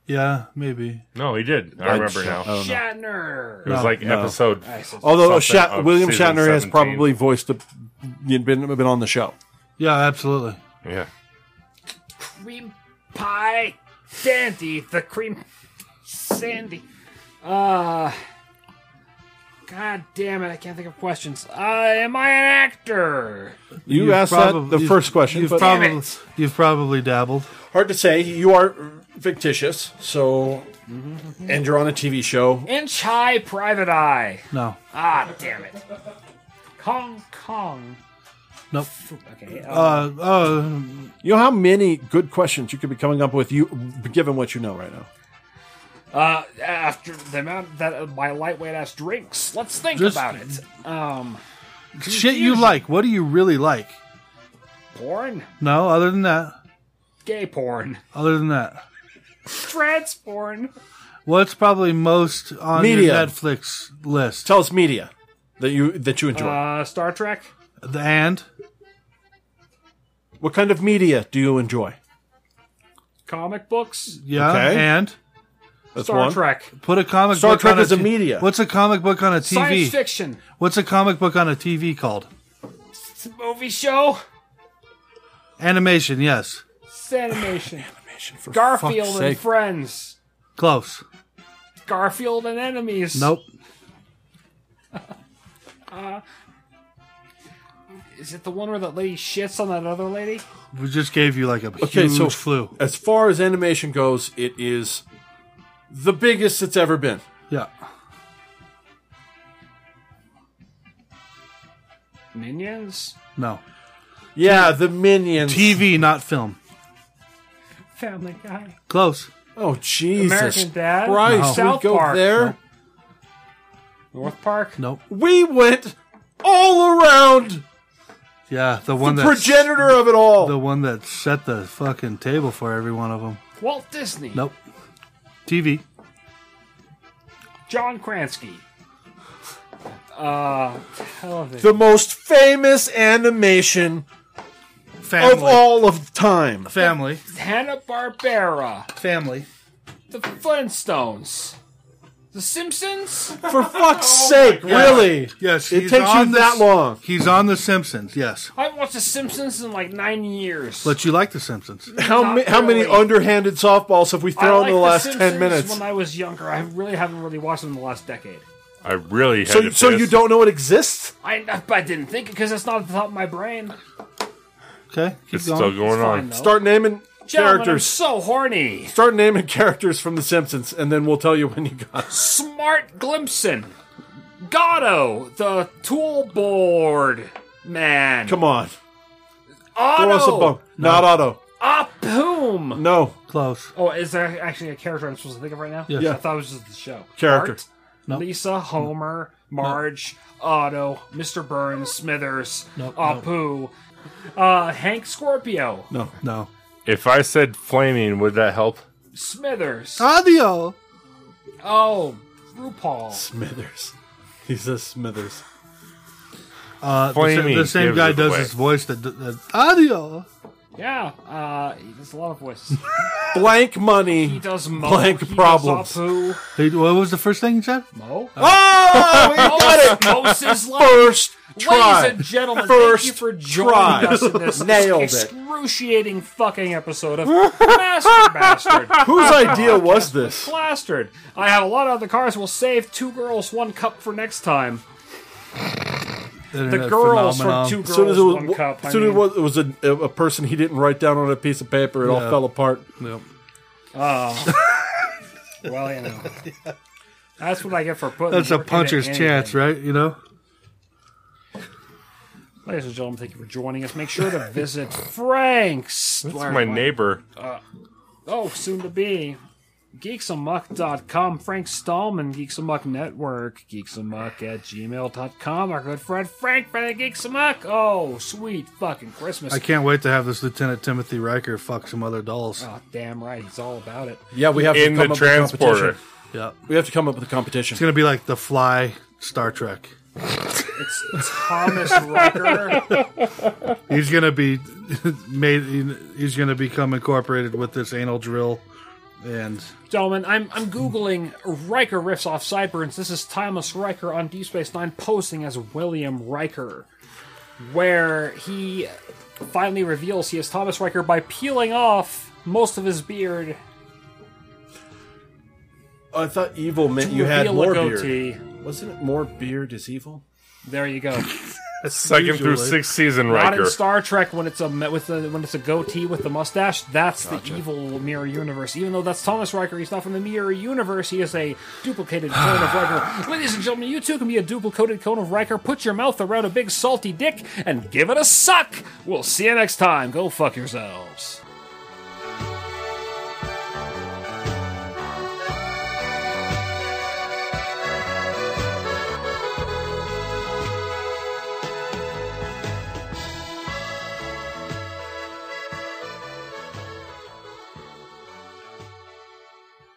yeah. Maybe. No, he did. I, remember now. I don't know. It Shatner. was like episode. Although something Shat- of William season Shatner has 17. probably voiced a, been been on the show. Yeah. Absolutely. Yeah. Cream pie, Sandy the cream, Sandy. Uh, God damn it! I can't think of questions. Uh, am I an actor? You You've asked probab- that the you've- first question. You've But Damn probably it. you've probably dabbled. hard to say. You are fictitious, so and you're on a TV show. Inch High Private Eye. No. Ah, damn it. Kong Kong. Nope. Okay. um, uh, Uh, uh, You know how many good questions you could be coming up with you given what you know right now. Uh, after the amount that uh, my lightweight ass drinks, let's think Just- about it. Um, uh, shit you like. What do you really like? porn, No, other than that. gay porn, Other than that. trans porn. What's probably most on Media. your Netflix list? Tell us media that you that you enjoy. Uh, Star Trek, The and what kind of media do you enjoy? comic books, yeah, Okay. and That's Star one. Trek, put a comic Star book Trek on is a t- media. What's a comic book on a TV? science fiction, What's a comic book on a TV called? s- movie show, Animation, yes. animation, For fuck's Garfield and sake. friends, Close. Garfield and enemies. Nope. Is it the one where that lady shits on that other lady? We just gave you like a Okay, huge so flu. as far as animation goes, it is the biggest it's ever been. Yeah. Minions, No. Yeah, the Minions. TV, not film. Family Guy, Close. Oh Jesus American Dad, Christ! South we go Park. there. North Park. Nope. We went all around Yeah, the one the that progenitor of it all. the one that set the fucking table for every one of them. Walt Disney. Nope. TV. John Kransky. Uh, television. the most famous animation of Family. all of time. Family. Hanna Barbera. Family. The Flintstones. The Simpsons. For fuck's sake, really? Yes. It he's takes you on the- that long. He's on The Simpsons. Yes. I haven't watched The Simpsons in like nine years. But you like The Simpsons. How, Not ma- how many really. underhanded softballs have we I thrown liked in the last ten Simpsons minutes? When I was younger, I really haven't really watched them in the last decade. I really had So, to so you piss. don't know it exists? I, I didn't think it because it's not at the top of my brain. Okay. Keep It's going. still going Fine, on. though. Start naming Gentlemen, I'm characters. so horny. Start naming characters from The Simpsons, and then we'll tell you when you got. it. Smart Glimpson. Gatto, the tool board man. Come on, Otto, throw us a bone. Not Otto. Apoom. No Close. Oh, is there actually a character I'm supposed to think of right now? Yes. Yeah. I thought it was just the show. Character. Art, Nope. Lisa, Homer, Marge, Otto, Mr. Burns, Smithers, Nope, Apu, uh, Hank Scorpio, Oh. No. If I said flaming, would that help? Smithers. Audio. Oh, RuPaul. Smithers. He says Smithers. Uh, the, sa- Flaming the same gives guy it does away. his voice. That, that audio. Yeah, uh, he does a lot of voices. Blank He money. does Mo. Blank he problems. Does Apu. Hey, what was the first thing you said? Mo. Oh, we got it. Moses Lane. First try. Ladies and gentlemen, First thank you for joining try. us in this Nailed it. excruciating fucking episode of Master Bastard. Whose idea was this? Plastered. I have a lot of other cars. We'll save two girls, one cup for next time. The Internet girls phenomenon. from two girls, As soon as it one was, cup. I as soon as it mean, was, it was a, a person he didn't write down on a piece of paper, it all Yeah. fell apart. Yep. well, you know, that's what I get for putting. That's a work into puncher's anything. chance, right? You know. Ladies and gentlemen, thank you for joining us. Make sure to visit Frank's. It's my neighbor. Oh, soon to be. Geeksamuck.com, Frank Stallman, Geeksamuck Network, Geeksamuck at gmail.com, our good friend Frank from the Geeksamuck. Oh, sweet fucking Christmas. I can't wait to have this Lieutenant Timothy Riker fuck some other dolls. Oh, damn right, he's all about it. Yeah, we have to come In the up with a competition. transporter. Yeah. We have to come up with a It's competition. gonna be like the Fly Star Trek. It's Thomas Rucker. He's gonna be made. He's gonna become incorporated with this anal drill, and Gentlemen, I'm, I'm Googling Riker riffs off Sideburns. This is Timeless Riker on Deep Space Nine posing as William Riker, where he finally reveals he is Thomas Riker by peeling off most of his beard I thought evil meant to you had reveal more a beard. goatee. Wasn't it more beard is evil? There you go. Second through usually. sixth season Not Riker. in Star Trek when it's a me- with the when it's a goatee with the mustache. That's the evil mirror universe. Even though that's Thomas Riker, he's not from the mirror universe. He is a duplicated clone of Riker. Ladies and gentlemen, you too can be a duplicated clone of Riker. Put your mouth around a big salty dick and give it a suck. We'll see you next time. Go fuck yourselves.